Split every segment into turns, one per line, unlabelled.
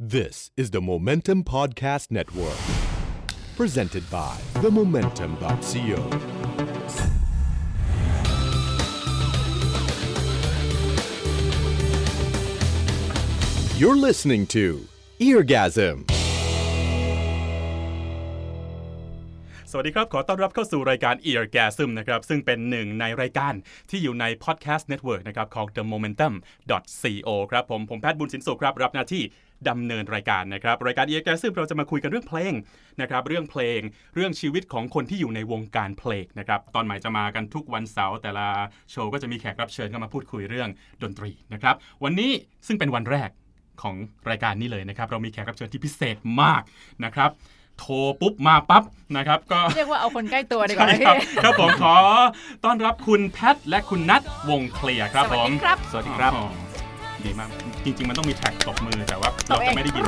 This is the Momentum Podcast Network, presented by themomentum.co. โ You're listening to Eargasm.
สวัสดีครับ ขอต้อนรับเข้าสู่รายการ Ear g a s m นะครับ ซึ่งเป็นหนึ่งในรายการที่อยู่ใน Podcast Network นะครับของ The Momentum co ครับผม ผมแพทย์บุญสินสุขครับ รับหน้าที่ดำเนินรายการนะครับ รายการ Ear g a s m เราจะมาคุยกันเรื่องเพลงนะครับ เรื่องเพลง เรื่องชีวิตของคนที่อยู่ในวงการเพลงนะครับ ตอนใหม่จะมากันทุกวันเสาร์แต่ละโชว์ก็จะมีแขกรับเชิญเข้ามาพูดคุยเรื่องดนตรีนะครับ วันนี้ซึ่งเป็นวันแรก ของรายการนี้เลยนะครับ เรามีแขกรับเชิญที่พิเศษมากนะครับ โทรปุ๊บมาปั๊บนะครับ ก็
เรียกว่าเอาคนใกล้ตัวดีก
ใช่
ว่านะ
ครับ
พี่
ครับผมขอต้อนรับคุณแพทและคุณนัทวงเคลียร์ครับผม
สวัสดีครับ
สวัสดีครับดีมาก จริง ๆ มันต้องมีแท็กตบมือแต่ว่า
ต
เรา
บเอง
จะไม่ได้ยิน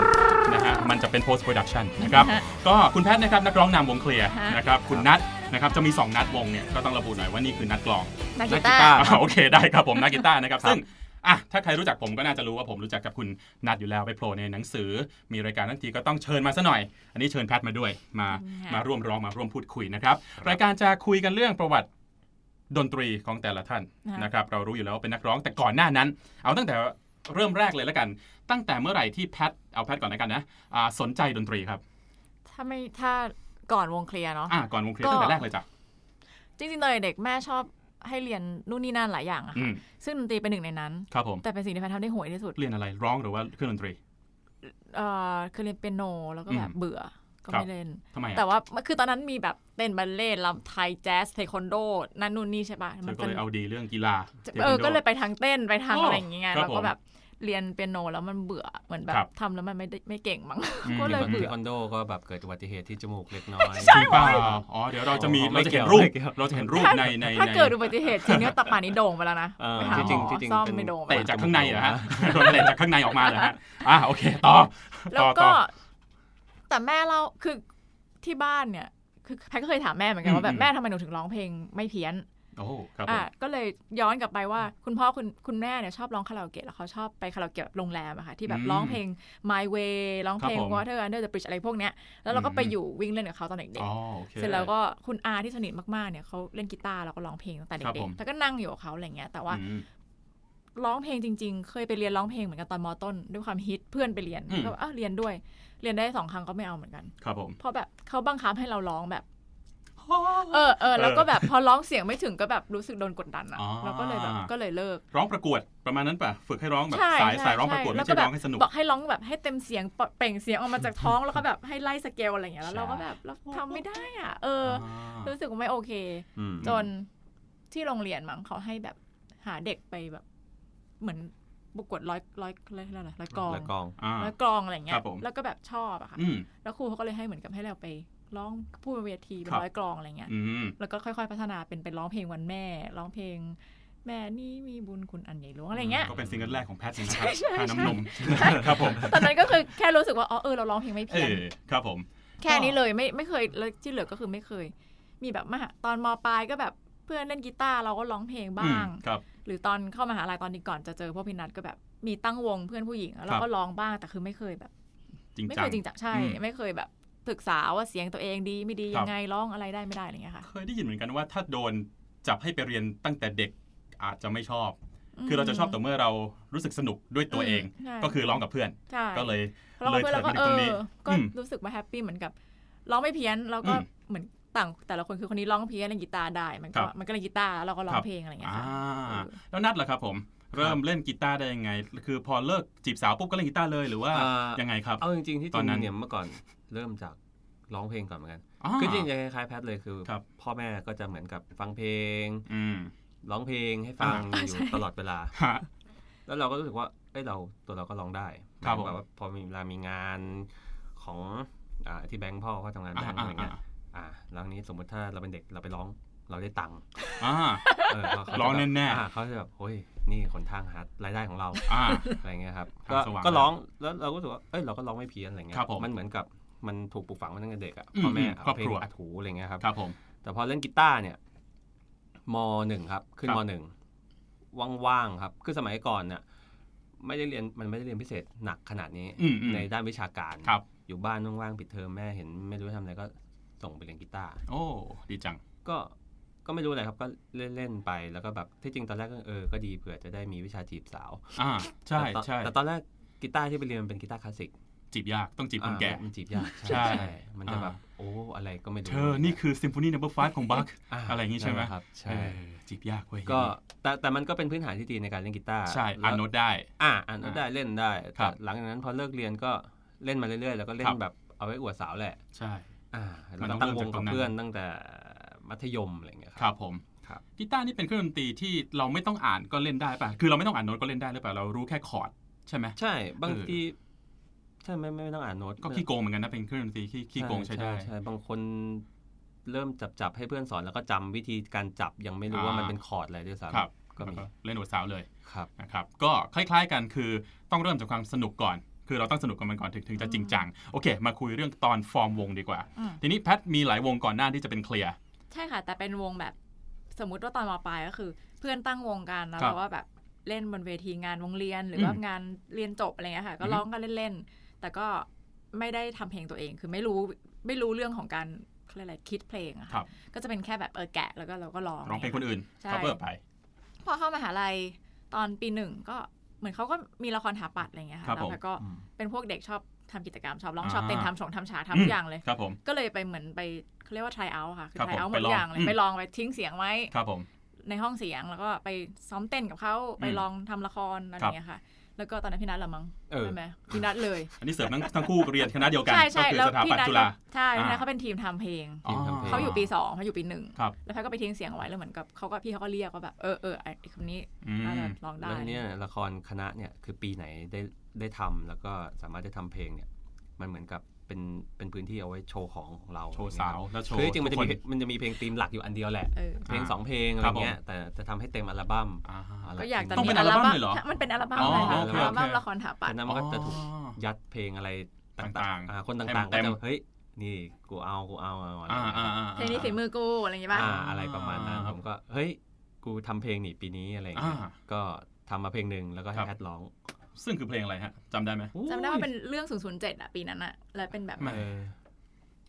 นะฮะมันจะเป็น post production นะครับ
ฮะ
ก็คุณแพทนะครับนักร้องนำวงเคลียร์
ฮะ
นะครับคุณนัทนะครับจะมี 2 นัดวงเนี่ยก็ต้องระบุหน่อยว่านี่คือนัดกลอง
นัก
นั
กี
กกี
ตา
ตา
ร์
ร์โอเคได้ครับผมนักกีตาร์นะครับ ซึ่งอ่ะถ้าใครรู้จักผมก็น่าจะรู้ว่าผมรู้จักกับคุณนัดอยู่แล้วไปโผล่ในหนังสือ มีรายการทั้งทีก็ต้องเชิญมาซะหน่อย อันนี้เชิญแพทมาด้วยมา
อืมค่ะ
มาร่วมร้องมาร่วมพูดคุยนะครับ รายการจะคุยกันเรื่องประวัติดนตรีของแต่ละท่านนะครับ เรารู้อยู่แล้วว่าเป็นนักร้องแต่ก่อนหน้านั้น เอาตั้งแต่เริ่มแรกเลยแล้วกัน ตั้งแต่เมื่อไหร่ที่แพทเอาแพทก่อนแล้วกันนะอ่าสนใจดนตรีครับ
ถ้าไม่ถ้าก่อนวงเคลียร์เนาะ
อ่ะก่อนวงเคลียร์ตั้งแต่แรกเลยจ้ะ
จริงๆตอนเด็กๆแม่ชอบให้เรียนนู่นนี่นั่นหลายอย่างอะ
อื
ค่ะ
ม
ซึ่งดนตรีเป็นหนึ่งในนั้น
ครับผม
แต่เป็นสิ่งที่แพทย์ทำได้ห่วยที่สุด
เรียนอะไรร้องหรือว่าเครื่องดนตรี
เอ่อคือเรียนเปียโนแล้วก็แบ
อื
บ
ม
เบื่อก็
ครับ
ไม่เล่น
ทำไมอ่ะ
แต่ว่าคือตอนนั้นมีแบบเต้นบัลเล่ต์ลำไทยแจ๊สเทควันโดนั่นนู่นนี่ใช่ปะ
เธ
มั
อน ก็เลยเอาดีเรื่องกีฬา
เออก็เลยไปทางเต้นไปทาง
โอ้
อะไรอย่างเงี้ย
ครับ
แล้ว
ผ
ก็
ม
แบบเรียนเปียโนแล้วมันเบื่อเหมือนแบ
ครับ บ
ทำแล้วมันไม่ได้ไม่เก่งมั้ง
อืม
ก็เลย
เท
เบื่อ
ควันโดก็แบบเกิดอุบัติเหตุที่จมูกเล็กน้อย
จริงเปล่าอ๋อ เดี๋ยวเราจะมี
อ๋อ
เราจะเห็น
ไม่เกี่ยว
รูป
ไม่เกี่ยว
เราจะเห็นรูปใน ใน
ถ้า
ใน
เกิดอุบัติเหตุทีเนี้ยตับป่านนี้โด่งไปแล้วนะ
เออ
ไปหาห
จริง
มอ
ๆจริงๆ
ซ่อม
เป็น
ไม่โด่งไป
เตะ
แล้ว
จากข้างในเหรอฮะเตะจากข้างในออกมาเหรอฮะ อ่ะ โอเค ต่อ
แล้ว
ต่อต่
ก็
อ
แต่แม่เราคือที่บ้านเนี่ย คือแพทก็เคยถามแม่เหมือนกั
อื
น
ม
ว่าแบ
อื
บ
ม
แม่ทำไมหนูถึงร้องเพลงไม่เพี้ยน
โอ้ ครับผ
อ่ะ
ม
ก็เลยย้อนกลับไปว่าคุณพ่อคุณคุณแม่เนี่ยชอบร้องคาราโอเกะแล้วเขาชอบไปคาราโอเกะแบบโรงแรมอะค่ะที่แบ
อื
บ
ม
ร้องเพลง My Way ร้องเพลง
ครับผม
Water Under the Bridge อะไรพวกเนี้ยแล้วเราก็ไป
อืม
อยู่วิ่งเล่นกับเขาตอนเด็ก
อ๋อ โอเค
ๆเสร็จแล้วก็คุณอาที่สนิทมากๆเนี่ยเขาเล่นกีตาร์แล้วก็ร้องเพลงตั้งแต่
ครับ
เด็
ผ
ก
ม
ๆแล้วก็นั่งอยู่กับเขาอะไรเงี้ยแต่ว่า
อืม
ร้องเพลงจริงๆ เคยไปเรียนร้องเพลงเหมือนกันตอนมต้น ด้วยความฮิตเพื่อนไปเรียน
อืม
ก็เอ้าเรียนด้วย เรียนได้สองครั้งก็ไม่เอาเหมือนกัน
ครับผม
เพราะแบบเขาบังคับให้เราร้องแบบ เออเออแล้วก็แบบพอร้องเสียงไม่ถึงก็แบบรู้สึกโดนกดดันอะ
อ๋อ
เราก็เลยแบบก็เลยเลิก
ร้องประกวด ประมาณนั้นป่ะ ฝึกให้ร้องแบบ
ใช่
สาย
ใช่
สายร้องประกวด
แล้
ไม่
ก็
ใช่
แบ
ร้
บ
องให้สนุก
บอกให้ร้องแบบให้เต็มเสียงปะเปล่งเสียงออกมาจากท้องแล้วก็แบบให้ไล่สเกลอะไรอย่างเงี้ยแล้วเราก็แบบเราทำไม่ได้อ่ะเอออรู้สึกว่าไม่โอเค
อืม
จนที่โรงเรียนมั้งเขาให้แบบหาเด็กไปแบบ เหมือนประกวดร้อยร้อยอะไรยกอะไรร้อยกลอง
และกอง
อ่า
แล้วกลองอะไรเงี้
ครั
ย
บผม
แล้วก็แบบชอบอะค่ะ
อืม
แล้วครูเขาก็เลยให้เหมือนกับให้เราไปร้องพูดบนเวทีเป็น
ครับ
ร้อยกลองอะไรเงี้ย
อืม
แล้วก็ค่อยๆ พัฒนาเป็นไปร้องเพลงวันแม่ ร้องเพลง แม่นี่มีบุญคุณอันใหญ่หลวงอะไรเงี้ย
ก็เป็นซิงเกิลแรกของแพทย์นะครับ
ใช่ใช่
ค่าน้ำนม ครับผม
ตอนนั้นก็คือแค่รู้สึกว่า อ๋อ เออ เราร้องเพลงไม่
เอ
เพี้ยน
อครับผม
แค่นี้เลยไม่ไม่เคยแล้วที่เหลือก็คือไม่เคย มีแบบมหาตอนมปลายก็แบบเพื่อนเล่นกีตาร์เราก็ร้องเพลง
อื
บ้าม ง
ครับ
หรือตอนเข้ามหาลัยตอนนี้ก่อนจะเจอพวกพี่นัทก็แบบมีตั้งวงเพื่อนผู้หญิงแล้
ค
วเรา
รับ
ก็ร้องบ้างแต่คือไม่เคยแบบ
จริง
ไม่
จั
เค
ง
ยจริงจังใช่
อืม
ไม่เคยแบบศึกษาว่าเสียงตัวเองดีไม่ดี
ครั
ยั
บ
งไงร้องอะไรได้ไม่ได้อะไรเงี้ยค่ะ
เคยได้ยินเหมือนกันว่าถ้าโดนจับให้ไปเรียนตั้งแต่เด็กอาจจะไม่ชอบ คือเราจะชอบต่อเมื่อเรารู้สึกสนุกด้วยตัวเอง
ใช่
ก็คือร้องกับเพื่อน
ใช่
ก็เลย
ร้องไป
เล
แล้
ยว เถิ
ก็
ดมาถึ
เอง
ตรงนี้
อก็
อืม
รู้สึกว่าแฮปปี้เหมือนกับร้องไม่เพี้ยนแล้วก็
อืม
เหมือนต่างแต่ละคนคือคนนี้ร้องเพี้ยนเล่นกีตาร์ได้มัน
ครับ
ก็มันก็เล่นกีตาร์แล้วเราก็ร้อ
ครั
ง
บ
เพลงอะไรเงี้ย
อ่า
ค่ะเออ
แล้วนัดล่ะครับผม เริ่มเล่นกีตาร์ได้ยังไง คือพอเลิกจีบสาวปุ๊บก็เล่นกีตาร์เลยหรือว่า
เอ่อ
ยังไงครับ
เอาจริงๆที่จ
ตอน
ริง
นั้น
เนี่ยเมื่อก่อนเริ่มจากร้องเพลงก่อนเหมือนกัน
า
คือจริงๆจะคล้ายๆแพทเลยคือ
ครับ
พ่อแม่ก็จะเหมือนกับฟังเพลง
อืม
ร้องเพลงให้ฟัง
อ่า
อยู่
ใช่
ตลอดเวลา
ฮะ
แล้วเราก็รู้สึกว่าเอ้ยเราตัวเราก็ร้องได้
ครับผม
แบบว่าพอมีเวลามีงานของอ่าที่แบงค์พ่อเขาทำงานแบ
อ่าง
ค์
อ่า
อะ
อ่า
ไรเงี้ยอ่าแล้วนี้สมมติถ้าเราเป็นเด็กเราไปร้องเราได้ตังค์
อ่า
เออเขาจะบบ
ร้องแน่ๆ
าเขาจะแบบโอ้ยนี่ขนทางหารายได้ของเรา
อ่า
อะไรเงี้ยครับ
ทาง
ก็
สว่าง
ก็ร้องแล้วเราก็รู้สึกว่าเอ้ยเราก็ร้องไม่เพี้ยนอะไรเงี้ย
ครับผม
นเหมือนกับมันถูกปลูกฝังมาตั้งแต่เด็กอะ
อืม
พ่อแม่
อืม
เอา
ครอบ
เพล
ค
ง
รัว
อัดหูอะไรเงี้ยครับ
ครับผม
แต่พอเล่นกีตาร์เนี่ยมหนึ่งครับ ขึ้น
ครับ
มหนึ่งว่างๆครับ คือสมัยก่อนเนี่ย ไม่ได้เรียนมันไม่ได้เรียนพิเศษหนักขนาดนี้
อืมอืม
ในด้านวิชาการ
ครับ
อยู่บ้านว่างๆปิดเทอมแม่เห็นไม่รู้จะทำอะไรก็ส่งไปเรียนกีตาร์
โอ้ดีจัง
ก็ก็ไม่รู้อะไรครับก็เล่นๆไปแล้วก็แบบที่จริงตอนแรกก็เออก็ดีเผื่อจะได้มีวิชาจีบสาว
อ่าใช่
แต่ตอน
ใช่
แต่ตอนแรกกีตาร์ที่ไปเรียนมันเป็นกีตาร์คลาสสิก
จีบยากต้องจีบคน
อ่า
แก่
มันจีบยาก
ใช่
ใช่ใช่มันจะ
อ่า
แบบโอ้อะไรก็ไม่รู้
เธอนี่คือซิมโฟนีนัมเบอร์ฟของบัค
า
อะไรอย่างงี้ใช่ไหม
นั่นและครับใช่
จีบยากเว้ย
ก็แต่แต่มันก็เป็นพื้นฐานที่ดีในการเล่นกีตาร์
ใช่
แล้ว
อ่านโน้ตได้
อ่าอ่านก็
อ่า
ได้เล่นได้
ครั
แต่
บ
หลังจากนั้นพอเลิกเรียนก็เล่นมาเรื่อยๆ แล้วก็เล่
ครั
น
บ
แบบเอาไว้อวดสาวแหละ
ใช่
อ่า
มั
แล้
น
ว
ต้
ก็
อง
ตั้ง
เริ่มจากตร
วงกั
ง
บ
นั้น
เพื่อนตั้งแต่มัธยมอะไรอย่างเงี้ย
ค
ค
รั
รับ
บผม
ครับ
กีตาร์นี่เป็นเครื่องดนตรีที่เราไม่ต้องอ่านก็เล่นได้ป่ะ คือเราไม่ต้องอ่านโน้ตก็เล่นได้หรือเปล่าเรารู้แค่คอร์ดใช่ไหม
ใช่บาง
เออ
ทีใช่ไม่ไม่ไม่ต้องอ่านโน้ต
ก็ขี้โกงเหมือนกันนะเป็นเครื่องดนตรีที่ขี้โกงใช้ได้
ใช่บางคนเริ่มจับจับให้เพื่อนสอนแล้วก็จำวิธีการจับยังไม่รู้ว่า
อ่ามั
มันเป็นคอร์ดอะไรด้วยซ้
ครับ
ำก็มี
แล้วก็เล่นโน้ตสาวเลย
ครับ
นะครับก็คล้าย ๆกันคือต้องเริ่มจากความสนุกก่อน คือเราต้องสนุกกับมันก่อนถึงถึงจะจริงจังโอเค มาคุยเรื่องตอนฟอร์มวงดีกว่า
อืม
ทีนี้แพทมีหลายวงก่อนหน้าที่จะเป็นเคลียร์
ใช่ค่ะ แต่เป็นวงแบบสมมติว่าตอนมปลายก็คือ เพื่อนตั้งวงกันแล้ว
ครับ
เราว่าแบบเล่นบนเวทีงานวงเรียนหรือ
อืม
ว่างานเรียนจบอะไรเงี้ยค่ะ ก็
อือฮึ
ร้องกันเล่นๆแต่ก็ไม่ได้ทำเพลงตัวเอง คือไม่รู้ไม่รู้เรื่องของการเขาเรียกอะไรคิดเพลงอะ
ครั
ค่ะ
บ
ก็จะเป็นแค่แบบเออแกะแล้วก็เราก็ร้อง
ร้องเพลงคนอื่น
ใช่
cover ไป
พอเข้ามหาลัยตอนปีหนึ่งก็เหมือนเขาก็มีละครหาปัดอะไรเงี้ยค่ะ
ครับ
แล้
ผ
ว
ม
แต่ก็
อืม
เป็นพวกเด็กชอบทำกิจกรรมชอบร้องชอบ
อ่า
เต้นทำสงทำฉากทำทุกอย่างเลย
ครับผม
ก็เลยไปเหมือนไปเขาเรียกว่า try out ค่ะ คือ
ครับ
try
ผม
out หม
ไป
ด
ล
ทุ
อง
กอย่างเลย
อืม
ไปลองไปทิ้งเสียงไว้
ครับผม
ในห้องเสียงแล้วก็ไปซ้อมเต้นกับเขาไปลองทำละครอะไรอย่างเงี้ยค่ะ แล้วก็ตอนนั้นพี่นัทละมั้ง
เออ
ใช่ไหมพี่นัทเลย
อันนี้เสริมทั้งทั้งคู่เรียนคณะเดียวกัน
ใช่
ก็
ใช่
คือ
แล้ว
สถา
พี่
ปัต
นั
ย์
ท
จุ
ก็
ฬา
ใช่พี่นั
อ่า
ทเขาเป็นทีมทำเพลง
ทีมทำเพลง
เขาอยู่ปีสองเขาอยู่ปีหนึ่ง
ครับ
แล้วแพทย์ก็ไปทิ้งเสียงเอาไว้แล้วเหมือนกับเขาก็พี่เขาก็เรียกว่าแบบเออเออไอ้คนนี้
อืม
น่าจะลองได้
แล้วทีเนี้ยละครคณะเนี่ยคือปีไหนได้ได้ทำแล้วก็สามารถได้ทำเพลงเนี่ยมันเหมือนกับเป็นเป็นพื้นที่เอาไว้โชว์ของของเรา
โชว์สาวและโชว์
คือจริงๆมันจะมี
ทุกค
มันจะมีเพลงธีมหลักอยู่อันเดียวแหละ
เออ
เพลง
อ่า
สองเพลงอะไรเงี้ย
ครับผม
แต่จะทำให้เต็มอัลบั้ม
อ่า
ก็อยากจะ
ต้อง
มี
เป็น
อัล
อัลบั้ม
บั้
เลยเหรอ
มันเป็นอัลบั้ม
อ๋อ
เลยค่ะ
โอเค
อัลบั้ม
โอเค
ละครหาปั
ปั
ด
นนั้นมันก็จะถูก
อ๋อ
ยัดเพลงอะไร
ต่า
ต่าง ง
ๆ
ๆอ่าคนต่างๆ
เต็
ก็
มๆ
จะเฮ้ยนี่กูเอากูเอาเอาอะไร
อ่าอ่าอ่า
เพลงนี้ฝีมือกูอะไรอย่างงี้ป่ะ
อ่าอะไรประมาณนั้น
อ่า
ผมก็เฮ้ยกูทำเพลงนี่ปีนี้อะไรเงี้ย
อ่า
ก็ทำมาเพลงหนึ่งแล้วก็
ครั
ให้
บ
แอดร้อง
ซึ่งคือเพลงอะไรฮะจำได้ไหม
จำได้ว่าเป็นเรื่อง 007 อะปีนั้นอะแล้วเป็นแบบ
ไม่
เออ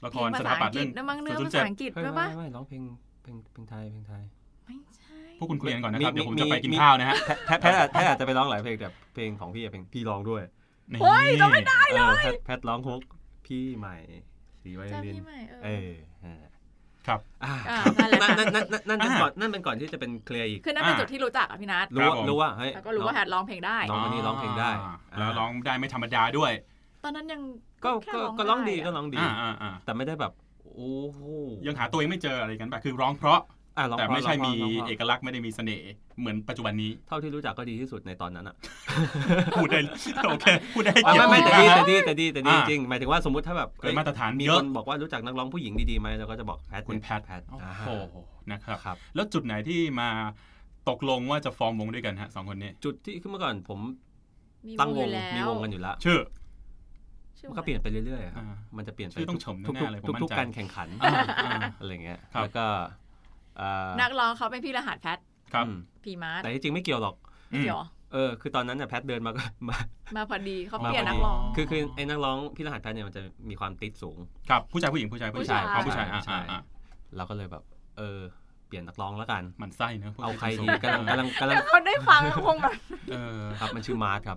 ละ
เพ
ค
ล
รง
ภา
ส
ษา
ถาปั
อั
ต
ง
ย์
กฤ
เรื่อ
ษ
ง
นะมั้งเนื้อภาษา
007
อังกฤษ
เฮ้ย
ด้วย
ไม่
ปะ
ไม่ร้องเพลงเพลงเพลงไทยเพลงไทย
ไม่ใช่
พวกคุณเคลียร์ก่อนนะครับ
มี
เดี๋ยวผม
มี
จะไปกิน
มี
ข้าวนะฮะ
แพทแพทแพทอาจจะไปร้องหลายเพลงแต่เพลงของพี่อะเพลงพี่ร้องด้วย
เฮ้ยจำไม่ได้
เออแพทแพทร้องฮุกพี่ใหม่สีไวโอ
จำ
ลิน
พี่ใหม่เอ
เอ
อ
ออ่า
ครับ
อ่า
อ่านั่นแหละค่ะ
นั่นนั่นนั่นนั่นเป็น
อ่า
ก่อนนั่นเป็นก่อนที่จะเป็นเคลียร์อีก
คือนั่นเป็นจุดที่รู้จักอะพี่นัท
รู้ว่า
ผม
รู้ว่าเฮ้ย
แล้วก็รู้ว่าแฮ
น้อง
ดร้องเพลงได้
น้ วันนี้ร้องเพลงได้
แล้วร้องได้ไม่ธรรมดาด้วย
ตอนนั้นยัง
ก็
แค่
ก็ก็ร้องดี
ไะ
ก็ร้องดี
อ่าอ่าอ่า
แต่ไม่ได้แบบโอ้โห
ยังหาตัวเองไม่เจออะไรกันแบบคือร้องเพราะ
อ่ะร้อง
แต่
เพราะ
ไม่ใช่
ร้อ
มี
งเพราะร้องเพราะ
เอกลักษณ์ไม่ได้มีเสน่ห์เหมือนปัจจุบัน นี้
เท่าที่รู้จักก็ดีที่สุดในตอนนั้นอ่ะ
พูดได้ โอเคพูดได้ให้
ไม่
เกียรติ
ไม่แต่ดี
นะฮะ
แต่ดีแต่ดีแต่ดี
อ่า
จริงหมายถึงว่าสมมติถ้าแบบ
เกินมาตรฐาน
มี
เย
ค
อะ
นบอกว่ารู้จักนักร้องผู้หญิงดีๆไหมเราก็จะบอกแพท
คุณแพท
แพท
โอ้
อ่า
โหนะครับ
ครับ
แล้วจุดไหนที่มาตกลงว่าจะฟอร์มวงด้วยกันฮะสองคนนี้
จุดที่ขึ้นเมื่อก่อนผม
มี
ตั้งว
อยู่
ง
แล้
มีวงกันอยู่แล้ว
ชื่อ
ชื่อ
มั
วง
นก็เปลี่ยนไปเรื่อยๆครับ
อ่า
มันจะเปลี่ยนไป
ชื่อต้อง
ทุก
ชมแน่
ทุก
ๆเลยผม
ทุก
มั่นใจ
ทุกการแข่งขัน
อ่าอ่า
อะไรเงี้ย
ครับ
แล้วก็เอ่อ
นักร้องเขาเป็นพี่รหัสแพท
ครับ
อืม
พีมาร์ท
แต่ที่จริงไม่เกี่ยวหรอก
อืม
เดี๋ยว
เออคือตอนนั้นน่ะแพทเดินมาก็ มา
มาพอดีเขา
มาพอดี
เปลี่ยนนักร้อง
คือคือไอ้นักร้องพี่รหัสแพทเนี่ยมันจะมีความติดสูง
ครับผู้ชายผู้หญิงผู้ชายผู้ชาย
ผู้ชาย
เอาผู้ชายอ่ะ
ใช่
อ่ะอ่ะ
เราก็เลยแบบ เออ เปลี่ยนนักร้องแล้วกัน
หมันไส้เนอะพว
เอาใครดี
ผู้ชย
กำลังกำลังกำลัง
ถ้าคนได้ฟัง ก็คงแบบ
เออ
ครับมันชื่อมาร์ทครับ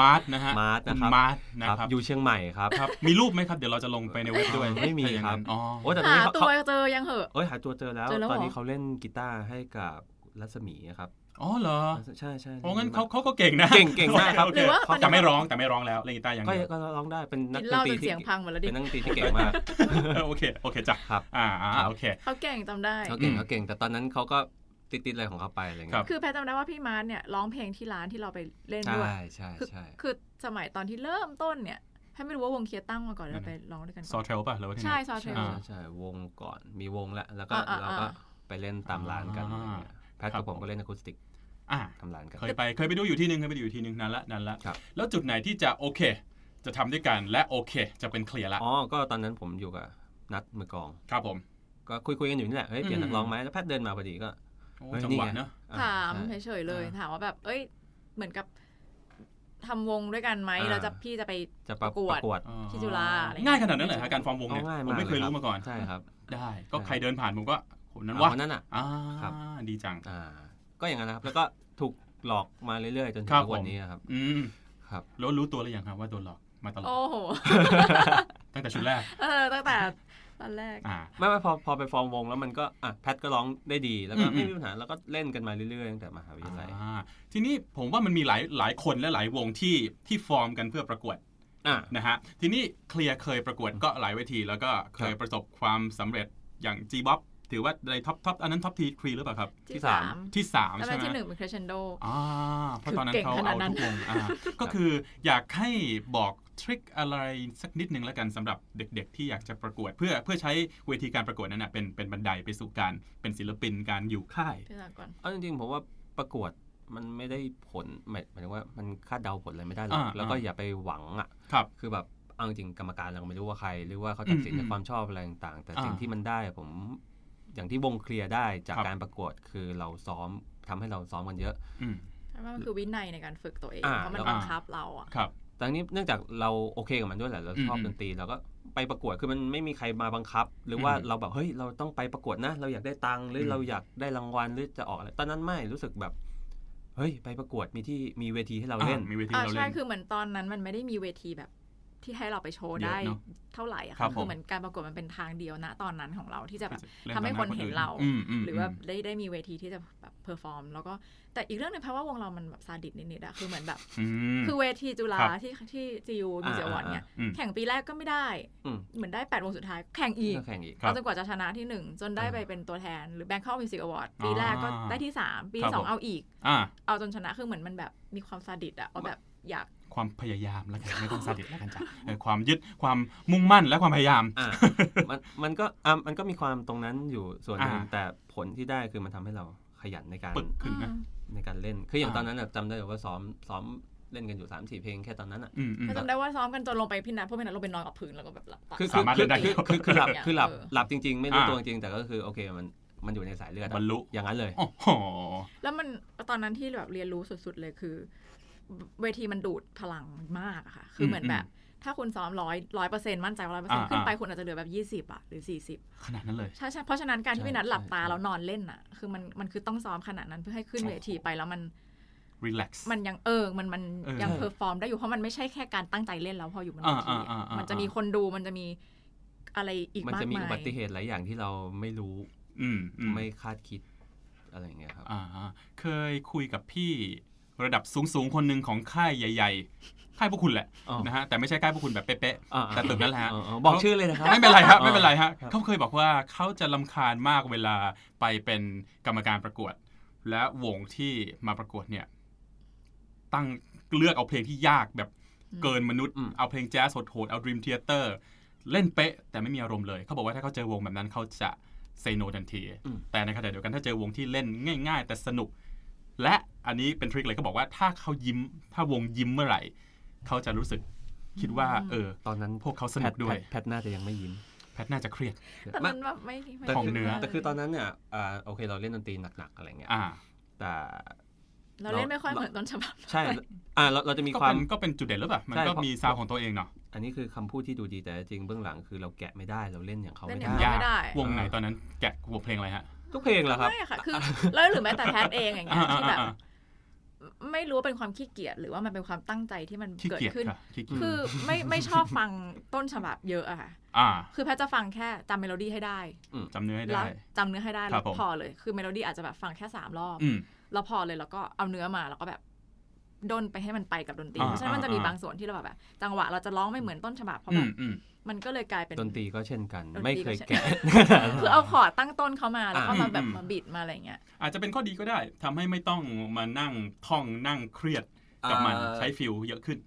มาร์ทนะฮะ
มาร์ทนะ
ณ
ครับ
มาร์ทนะครับ
อยู่เชียงใหม่ครับ
ครับมีรูปไหมครับ เดี๋ยวเราจะลงไปในเว็บด้วย
ไม่มี
ถ้าอย่างนั้น
ครับ
อ๋อ
โอ้แต่ตอน
หา
นี้เขา
ตัว
เขา
เจอยังเหอะ
เอ้ยหาตัวเจอแล้ว
เจอแล้ว
ตอน
เห
นี้
รอ
เขาเล่นกีตาร์ให้กับรัศมีครับ
อ๋อเหรอ
ใช่ใช่
โอ้งั้น
ดีมก
เขาเขาก็เก่งนะ
เก่งเก่งมากครับ
โอ
ห
เ
รือว่าต
เขา
อน
แต่
นั้น
ไม่ร้องแต่ไม่ร้องแล้วเล่นกีตาร์อย่าง
ก็
เดียว
ก็ร้องได้เป็นนัก
กิน
ด
เหล้าน
ต
จ
รี
น
ที่
เสียงพังหมดแล้วดิ
เป็นนักดนตรีที่เก่งมาก
เออโอเคโอเคจ้ะ
ครับ
อ่าอ่า
ครับ
โอเค
เขาเก่งจำได้
เขาเก่ง
อืม
เขาเก่งแต่ตอนนั้นเขาก็ติดติดอะไรของเขาไปอะไร
ครั
เงี้
บ
ย
คือแพทย์จำได้ว่าพี่มาร์ทเนี่ยร้องเพลงที่ร้านที่เราไปเล่น
ใช่
ด้วย
ใช่
คือ
ใช่
คือสมัยตอนที่เริ่มต้นเนี่ยแพทย์ไม่รู้ว่าวงเคลียร์ตั้งมาก่อน
นั่น
เรา
น่ะ
ไปร้องด้วยกัน
ซ
ก่
อ
อน
เทลป่ะหรือว่าที่ไหน
ใช่ซอเท
ใช่
ล
อ่า
ใช่วงก่อนมีวงแล้วแล้วก็
อ่าอ่า
เราก็
อ่า
ไปเล่นตามร้านกันอะไรเงี้ยแพทย์กับผมก็เล่นอะคูสติก
อ่า
ตามร้านกัน
เคยไปเคยไปดูอยู่ที่หนึงเคยไปดูอยู่ที่หนึงนานละนานละ
ครับ
แล้วจุดไหนที่จะโอเค จะทำด้วยกันและโอเค จะเป็นเคลียร์ละ
อ๋อก็ตอนนั้นผมอยู่กับนัดมือกลอง
ครับผม
ก็คุยคุยๆกันอยู่นี่แหละเฮ้ยเปลี่ยนนักร้องไหมแล้วแพทย์เดินมาพอดีก็
โอ้
เฮ้ย
จัง
นี่
หวะ
ไง
เนอะ
อ่
ถาม
ใช่
เฉยๆเลย
อ่า
ถามว่าแบบ เอ้ย เหมือนกับ ทำวงด้วยกันไหม
อ่า
เราจะพี่จะไป
จะประ
ประกวด
ประกวด
อ๋อ
ที่จุฬาอะไรอย่างเงี้ย
ง่ายขนาดนั้นเลยเหรอฮะการฟอร์มวงเนี่ย
เอาง่า
ผม
ยาก
ไม่เคย
ล
รู้มาก่อน
ใช่ครับ
ได้ก็ใครเดินผ่านผมก็คนนั้น
อ่า
ว่า
คนนั้นอ่ะ
อ่า
ครับ
ดีจัง
อ่า ก็อย่างนั้นนะครับ แล้วก็ถูกหลอกมาเรื่อยๆ จนถึ
ครั
ง
บ
ทุกวั
ผม
นนี้ครับ
อืม
ครับ
แล้วรู้ตัวหรือยังครับว่าโดนหลอกมาตลอด
โอ้โห
ตั้งแต่ชุดแรก
เออตั้งแต่ตอนแรก
อ่า
ไม่ไม่พอพอไปฟอร์มวงแล้วมันก็อ่ะแพทก็ร้องได้ดีแล้วก็
อืมอืม
ไม่มีปัญหาแล้วก็เล่นกันมาเรื่อยๆตั้งแต่มหาวิทยาลัย
อ่าทีนี้ผมว่ามันมีหลายหลายคนและหลายวงที่ที่ฟอร์มกันเพื่อประกวด
อ่ะ
นะฮะทีนี้เคลียร์เคยประกวดก็หลายเวที แล้วก็เคย
ครับ
ประสบความสำเร็จอย่าง G b o p ถือว่าในท็อปท็อปอันนั้นท็อปทีทรีหรือเปล่าครับ
ที่
ที่
สา
สาม ม
ที่ 3
แล้ว
ใช่ไหม
ที่หนึ่งเป็น crescendo
อ่าเพราะตอนนั้นเขา
คือเก่งขนา
เอา
ดนั้น
ทุกวง อ่าก็คืออยากให้บอกทริคอะไรสักนิดนึงแล้วกันสำหรับเด็กๆ ที่อยากจะประกวด เพื่อเพื่อใช้เวทีการประกวดนั้นนะเป็นเป็นบันไดไปสู่การเป็นศิลปินการอยู่ค่าย
ที่สามก่อน
เอาจริงๆผมว่าประกวดมันไม่ได้ผลหมายหมายถึงว่ามันคาดเดาผลอะไรไม่ได้หรอก
อ่า
แล้วก็
อ่า
อย่าไปหวังอ่ะ
ครับ
คือแบบเอาจริงๆกรรมการเราก็ไม่รู้ว่าใคร หรือว่าเขาตัดสิน
อืม
จากความชอบอะไรต่างๆ แต่สิ่ง
อ่า
ที่มันได้ผมอย่างที่วงเคลียร์ได้จาก
ครับ
การประกวดคือเราซ้อมทำให้เราซ้อมกันเยอะ
อืม
ใช่ว่ามันคือวินัยในการฝึกตัวเอง
อ่า
เพราะมัน
แล้ว
บังคับเราอ่ะ
ครับ
แต่อันนี้เนื่องจากเราโอเคกับมันด้วยแหละเราชอบ
อืม
ดนตรีเราก็ไปประกวดคือมันไม่มีใครมาบังคับ หรือว่า
อืม
เราแบบเฮ้ยเราต้องไปประกวดนะ เราอยากได้ตังค์หรืออ
ม
เราอยากได้รางวัลหรือจะออกอะไรตอนนั้นไม่รู้สึกแบบเฮ้ยไปประกวดมีที่มีเวทีให้เราเล่น
อ่ะมีเวที
อ่า
เรา
ใช่
เล่น
คือเหมือนตอนนั้นมันไม่ได้มีเวทีแบบ ที่ให้เราไปโชว์ได้
เยอะเนอะ
เท่าไหร่อะ
ครั
ค่ะ
บผม
คือเหมือนการประกวดมันเป็นทางเดียวนะตอนนั้นของเราที่จะแบบ
เล่
ทำให้คน
ตอ
เห็นเรา
อืมม
หรือว่า
อืม
ได้ได้มีเวทีที่จะแบบเพอร์ฟอร์มแล้วก็แต่อีกเรื่องหนึงเพราะว่าวงเรามันแบบซาดิสนิดๆอะคือเหมือนแบบ คือเวทีจุฬา
ครับ
ที่ที่จียูมิวสิกวอนเนี่ย
อืม
แข่งปีแรกก็ไม่ได้
อืม
เหมือนได้8วงสุดท้ายแข่งอีก
ก็แข่งอีก
ครับ
เอาจนกว่าจะชนะที่หนึ่งจนได้ไปเป็นตัวแทนหรือ Bangkok Music Award ปีแรกก็ได้ที่สามปีที่สองเอาอีก
อ่า
เอาจนชนะคือเหมือนมันแบบมีความซาดิสอะเอาแบบอยาก
ความพยายามแล้วกันไม่ต้องสาดิตแล้วกันจ้ะเออความยึดความมุ่งมั่นและความพยายาม
อ่ะมันมันก็อ่ะมันก็มีความตรงนั้นอยู่ส่วนหนึ่ง
อ่า
แต่ผลที่ได้คือมันทำให้เราขยันในการ
ปึกขึ้นนะ
ในการเล่น คืออย่าง
อ่า
ตอนนั้นน่ะจำได้เลยว่าซ้อมซ้อมเล่นกันอยู่3ามสี่เพลงแค่ตอนนั้นอ่ะ
อืมอืม
ก็จำได้ว่าซ้อมกันจนลงไปพี่นัทพวกพี่นัทลงไปนอนกับพื้นแล้วก็แบบหลับตา
คือ
สามารถ
คื
เล่นได้
คือคือคือหลับคือหลับ
เออ
หลับจริง ๆ ไม่รู้
อ่า
ตัวจริงแต่ก็คือโอเคมันมันอยู่ในสายเลือดอะ
บรรลุ
อย่างนั้นเลย
โอ้โห
แล้วมันตอนนั้นที่แบบเรียนรู้สุดๆเลยคือ เวทีมันดูดพลังมากอะค่ะ คือเหมือนแบบ ถ้าคุณซ้อมร้อยร้อยเปอร์เซ็นต์มั่นใจร้อยเปอร์เซ็นต์
อ่า
ขึ้นไปคุณอาจจะเหลือแบบยี่สิบ20อะหรือสี่สิบ
ขนาดนั้นเลย
ใช่ใช่เพราะฉะนั้นการที่
ใช่
พี่นัทหลับตา
ใช่
แล้วนอนเล่นอะคือมันมันคือต้องซ้อมขนาดนั้นเพื่อให้ขึ้นเวทีไปแล้วมัน
relax
มันยังเออ มันมัน
เออ
ยังเพอร์ฟอร์มได้อยู่เพราะมันไม่ใช่แค่การตั้งใจเล่นแล้วพออยู่บนเวทีอะ
อ่าอ่าอ่าอ่ามั
มันจะมีคนดูมันจะมีอะไรอีก
มัน
มาก
จะมี
มา
อุ
ย
บัติเหตุหลายอย่างที่เราไม่รู้
อืมอืม
ไม่คาดคิดอะไรอย่างเงี้ยครับ
อ่าฮะเคยคุยกับพี่ระดับสูงๆ คนหนึ่งของค่ายใหญ่ ๆ ค่ายพวกคุณแหละ
อ๋อ
นะฮะแต่ไม่ใช่ค่ายพวกคุณแบบเป๊ะ
อ่า
ๆแต่ตึกนั่นแหละฮะ
เออเออบอกชื่อเลยนะครับ
ไม่เป็นไรฮะ ไม่เป็นไรฮะ
ครับ
เขาเคยบอกว่าเขาจะลำคาญมากเวลาไปเป็นกรรมการประกวด และวงที่มาประกวดเนี่ย ตั้งเลือกเอาเพลงที่ยากแบบเกินมนุษย์ เอาเพลงแจ๊สโหดๆเอาดรีมเทเตอร์เล่นเป๊ะ แต่ไม่มีอารมณ์เลย เขาบอกว่าถ้าเขาเจอวงแบบนั้นเขาจะเซโนทันที
อืม
แต่ในขณะเดียวกันถ้าเจอวงที่เล่นง่าย ๆ แต่สนุก และอันนี้เป็นทริคเลยเขาบอกว่าถ้าเขายิ้ม ถ้าวงยิ้มเมื่อไหร่ เขาจะรู้สึกคิดว่า เออ
ตอนนั้น
พวกเขาสนุกด้วย
แพทแพทแพทน่าจะยังไม่ยิ้ม
แพทน่าจะเครียด
แต่มันแบบไม่ไม่
แต่
ของเนื้อ
ไม่
แต่คือตอนนั้นเนี่ยอ่าโอเคเราเล่นดนตรีหนักๆอะไรเงี้ย
อ่า
แต่
เราเล่นไม่ค่อยเหมือนต้นฉบับ
ใช่อ่าเราเราจะมี
ก็
ควา
เป็
ม
นก็เป็นจุดเด่นหรือเปล่า มัน
ใช่
ก็
เพราะ
มีซาวของตัวเองเนาะ
อันนี้คือคำพูดที่ดูดีแต่จริงเบื้องหลังคือเราแกะไม่ได้เราเล่นอย่างเขา
เล่น
ไม่
อย่า
ได้
ยาก
งเขาไม่ได้
วงไหนตอนนั้นแกะวงเพลงอะไรฮะ
ทุกเพลงเหรอครับ
ไม่อะค่ะ คือ แล้วหรือแม้แต่แพทเองอย่างเงี้ยที่แบบ
อ่า
ไม่รู้ว่าเป็นความขี้เกียจหรือว่ามันเป็นความตั้งใจที่มัน
ๆๆขี้
เกิด
เกียจ
ขึ้น
ค่ะขี้เกียจ
คือไม่ไม่ชอบฟังต้นฉบับเยอะอะค่ะ
อ่า
คือแพทจะฟังแค่จำเมโลดี้ให้ได้
จำเนื้อให้
แล้
ได้
วจำเนื้อให้ได้
ครั
แล้
บ
ว
ผม
พอเลย คือเมโลดี้อาจจะแบบฟังแค่สามรอบ
อืม
แล้วพอเลยแล้วก็เอาเนื้อมาแล้วก็แบบดนไปให้มันไปกับดนตรี
อ่า
เพราะฉะนั้นมันจะมี
อ่า
บางส่วนที่เราแบบ จังหวะเราจะร้องไม่เหมือนต้นฉบับเพราะ
อื
แบบ
มอืม
มันก็เลยกลายเป็น
ดนตรีก็เช่นกัน
ดนตรีก็
ไม่เคย
เช่น
แกะ
คือเอาขอร์ดตั้งต้นเขามาแล้วก็มาแบบ
อ่า
มาบิดมาอะไรอย่างเงี้ย
อาจจะเป็นข้อดีก็ได้ทำให้ไม่ต้องมานั่งท่องนั่งเครียดกับมัน
เอ่อ
ใช้ฟิลเยอะขึ้น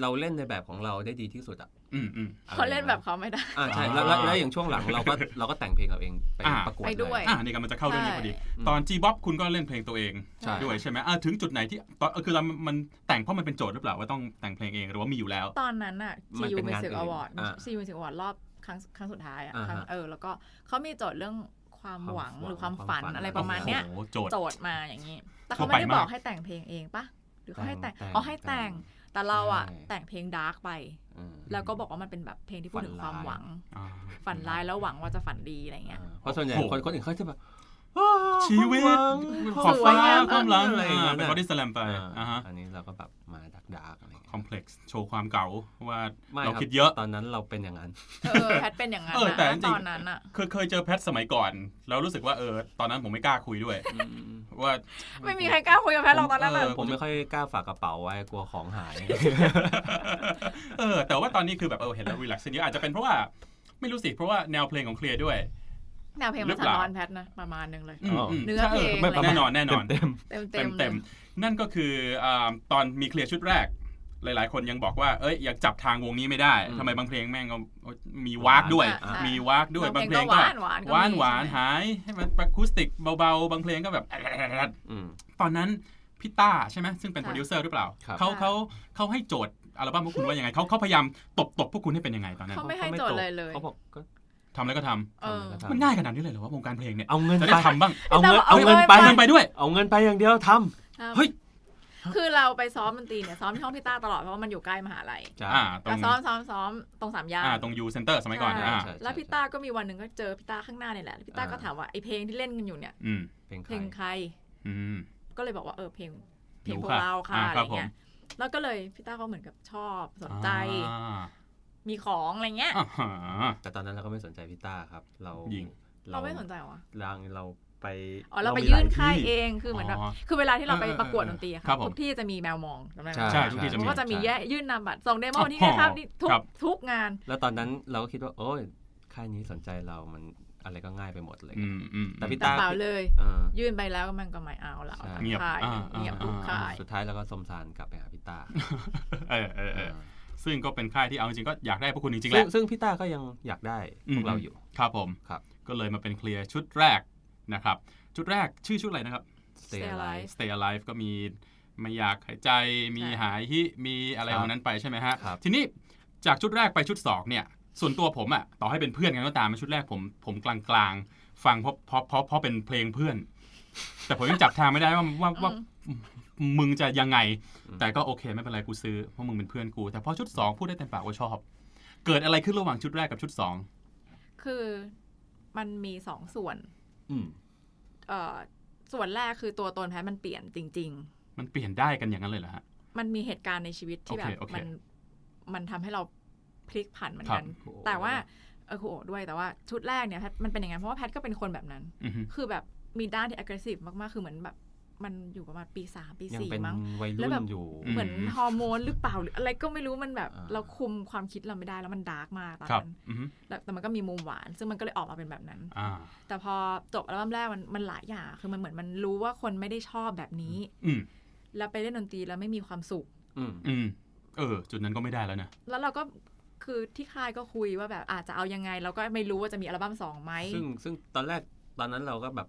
เราเล่นในแบบของเราได้ดีที่สุดอ่ะ
อืมอืม
เขาเล่นแบบเขาไม่ได้
อ่าใช่แล้วแล้วแล้วอย่างช่วงหลังเราก็เราก็แต่งเพลงเราเองไป
อ่า
ประกวด
ไปด้วย
เล
อ่านี่กำลันจะเข้าเรื่องนี้พอดี
ใช่
ตอนจีบ๊อบคุณก็เล่นเพลงตัวเอง
ใช่
ด้วยใช่ไหมอ่าถึงจุดไหนที่ตอนเออคือเรามันแต่งเพราะมันเป็นโจทย์หรือเปล่าว่าต้องแต่งเพลงเองหรือว่ามีอยู่แล้ว
ตอนนั้นอะ
มั
ซี
น
อู
เป็น
มิ
งาน
สิก
เอง
อวอร์ด
อ่า
ซีอูมิสิกอวอร์ดรอบครั้งครั้งสุดท้ายอะ
อ่าฮะ
ครั้งเออแล้วก็เขามีโจทย์เรื่องความ
ความ
หวัง
หวัง
หรือความ
ความ
ฝัน
ฝัน
อะไรประมาณเนี้ย
โอ้โหโจทย์
โจทย์มาอย่างนี้ แต่
ทั่ว
เขาไม่
ไป
ได้
มาก
บอกให้แต่งเพลงเองปะ รือเขาให้แต่ง
แต่ง
อ๋อให้แต่ง แต่เราอ่ะ
ใช่
แต่งเพลงดาร์กไป
อืม
แล้วก็บอกว่ามันเป็นแบบเพลงที่พูดถึงความห
ฝันร้าย
วัง
อ่า
ฝันร้ายแล้วหวังว่าจะฝันดีอะไรเงี้ย
อ่าเพราะส่วนใหญ่
โอ้โห
คนคนอื่นเขาจะแบบ
ชีวิต
ความหง
ขอบฟ้า
สวยงาม
ความหลัง
อะไรอย่างเงี้ย
เป็นบอดี้สแลมไป
อ่า
อ่าฮะ
อันนี้เราก็แบบมาดักดักๆอะไรเงี้ย
คอมเพล็กซ์โชว์ความเก่าว่า
ไม่
เรา
บ
คิดเยอะ
ตอนนั้นเราเป็นอย่างนั้น
เออแพทเป็นอย่างนั้น
เออ
นะ
แต่จริงๆ
ตอนนั้นอ่ะ
เคยเคยเจอแพทสมัยก่อน แล้วรู้สึกว่าเออตอนนั้นผมไม่กล้าคุย ด้วย ว่า
ไม่มีใครกล้าคุยกับแพทหรอกตอนนั้นอะ
เออ
ผมไม่ค่อยกล้าฝากกระเป๋าไว้กลัวของหาย
เออแต่ว่าตอนนี้คือแบบเออเห็นแล้วรีแลกซ์นิดอาจจะเป็นเพราะว่าไม่รู้สิเพราะว่าแนวเพลงของเคลียร์ด้วย
แนวเพลง
หรื
มั
อน เป
สะ
ล่า
ท้อนแพทนะประมาณนึงเลย
อืมอืม
เนื้อเพลง
ใช่ออแน่นอนแน่นอน
เต็ม
เต็มๆ
เต็ม
เล
เต็
ย
มนั่นก็คืออ่าตอนมีเคลียร์ชุดแรก หลายๆ คนยังบอกว่าเอ้ยอยากจับทางวงนี้ไม่ได้ทำไมบางเพลงแม่งก็มีวากด้วย
อ่ามี
มีวากด้วยบา
บาง ง
เพ
เพ
ล
ล
ง
ง
ก็
ก็หวานๆก็มี
หวานหวาน
ใช่ไหม
หายให้มันอะคูสติกเบาๆ บางเพลงก็แบบ
ๆอืม
ตอนนั้นพี่ต้าใช่ไหมซึ่งเป็นโปรดิวเซอร์หรือเปล่า
ครับ
เขาเขาเขาให้โจทย์อัลบั้มพวกคุณว่ายังไงเขาเขาพยายามตบตบพวกคุณให้เป็นยังไงตอนนั้น
เขาไม่ให้โจทย์อะไรเลย
เขาบอกก็
ทำแล้วก็ทำ
เออ
ทำะไรก็ทำ
มันง่ายขนาดนี้เลยเหรอวะวงการเพลงเนี่ย
เอาเงิน
จะ
ไป
ได้ทำบ้าง
เอาเงิน
เอา
เอา
เงิ
เงิ
น
น
ไป
ไป
เงินไปด้วย
เอาเงินไปอย่างเดียว
ค
ท
รับ
เฮ้ย
คือเราไปซ้อมดนตรีเนี่ยซ้อมที่ห้องพี่ต้าตลอดเพราะว่ามันอยู่ใกล้มหาลัย
ำจ้ะ
อ่าตร
ก็
ง
ซ้อมซ้อมซ้อมตรงสามย่าน
อ่าตรงยูเซ็นเตอร์สมัยก่อน
ใช่
อ่า
ใช่
แล้วพี่ต้าก็มีวันหนึ่งก็เจอพี่ต้าข้างหน้าเนี่ยแหละแล้วพี่ต้าก็
อ่า
ถามว่าไอเพลงที่เล่นกันอยู่เนี่ย
อืม
เพลงใค
เพ
ร
ลงใคร
อืม
ก็เลยบอกว่าเออเพลงเพล
ห
ง
นู
พว
ค่ะ
กเราค่ะ
อ่า
อะ
ครั
ไร
บ
เงี้ย
ผม
แล้วก็เลยพี่ต้าก็เหมือนกับชอบสนใจ
อ่า
มีของอะไรเงี้ย
อ่า ฮะ
แต่ตอนนั้นเราก็ไม่สนใจพี่ต้าครับ เรา
ยิง
เราไม่สนใจเหรอวะ
เราเราไป
อ๋อเราไป
มี
ยื่น
หล
ค่าย
ที่
เองคือเหมือนแบบ
อ๋อ
คือเวลาที่เราไป
เออเออ
ประกวดดนตรีอะ
ครั
ค่ะ
บผม
ทุกที่จะมีแมวมองจำได้ไหม
ใช่
ใช่ทุกที่จะมี
มันก็จะมีแย่ยื่นนามบัตรส่งเดโม
อ๋อ
นี่นะครับนี่ทุก
ครับ
ทุกงาน
แล้วตอนนั้นเราก็คิดว่า โอ้ยค่ายนี้สนใจเรามันอะไรก็ง่ายไปหมดเลย
อืมอืม
แต่พี่
แต่เปล่าเลย
เออ
ยื่นไปแล้วมันก็ไม่เอาละเอาจาก
เงียบ
ค่าย
อ่า
เงียบ
อ่า
ทุกค่าย
สุดท้ายเราก็สมสารกลับไปหาพี่ต้า
เออเออเออซึ่งก็เป็นค่ายที่เอาจริงๆก็อยากได้พวกคุณจริงๆแห
ซึ่
ละ
งซึ่งพี่ต้าก็ยังอยากได้
อืม
พวกเราอยู่
ครับผม
ครับ
ก็เลยมาเป็นเคลียร์ชุดแรกนะครับ ชุดแรกชื่อชุดอะไรนะครับ
Stay alive
Stay Alive ก็มีไม่อยากหายใจ มี
ใช่
หายฮิมีอะไร
ครับ
เอานั้นไปใช่ไหมฮะ
ครับ
ทีนี้จากชุดแรกไปชุด 2 เนี่ย ส่วนตัวผมอะต่อให้เป็นเพื่อนกันก็ตามชุดแรกผมผมกลางๆ ฟังเพราะเพราะเพราะเพราะเป็นเพลงเพื่อน แต่ผมยังจับทางไม่ได้ว่าว่าว่ามึงจะยังไง แต่ก็โอเคไม่เป็นไรกูซื้อเพราะมึงเป็นเพื่อนกู แต่พอชุด 2 พูดได้เต็มปากว่าชอบ เกิดอะไรขึ้นระหว่างชุดแรกกับชุด 2
คือมันมีสองส่วน
อืม
เอ่อส่วนแรกคือตัวตนแพทย์มันเปลี่ยนจริง
มันเปลี่ยนได้กันอย่างนั้นเลยเหรอฮะ
ๆ มันมีเหตุการณ์ในชีวิตที่
โอ
แบ
เค
บ
โอเค
มันมันทำให้เราพลิกผันเหมือนกัน
ครับ
แต่ว่าเออครูโอด้วยแต่ว่าชุดแรกเนี่ยแพทย์มันเป็นอย่างนั้นเพราะว่าแพทย์ก็เป็นคนแบบนั้น
อือฮึ
คือแบบมีด้านที่ aggressive มากๆ คือเหมือนแบบมันอยู่ประมาณปีสามปี
ยัง
สี่
เป็น
มั้ง
วัย
แล้
รุ่
วแบ
น
บ
อยู่
อืม
เหมือนฮอร์โมนหรือเปล่าหรืออะไรก็ไม่รู้มันแบบ
อ่า
เราคุมความคิดเราไม่ได้แล้วมันดาร์กมากตอน
ครับ
นั้น
อือฮึ
แล้วแต่มันก็มีมุมหวาน ซึ่งมันก็เลยออกมาเป็นแบบนั้น
อ่า
แต่พอจบอัลบั้มแรกมันมันหลายอย่าง คือมันเหมือนมันรู้ว่าคนไม่ได้ชอบแบบนี้
อืม
แล้วไปเล่นดนตรีแล้วไม่มีความสุข
อืม
อืม เออ จุดนั้นก็ไม่ได้แล้วนะ
แล้วเราก็คือที่ค่ายก็คุยว่าแบบอาจจะเอายังไง เราก็ไม่รู้ว่าจะมีอัลบั้มสองไหม
ซึ่งซึ่งตอนแรกตอนนั้นเราก็แบบ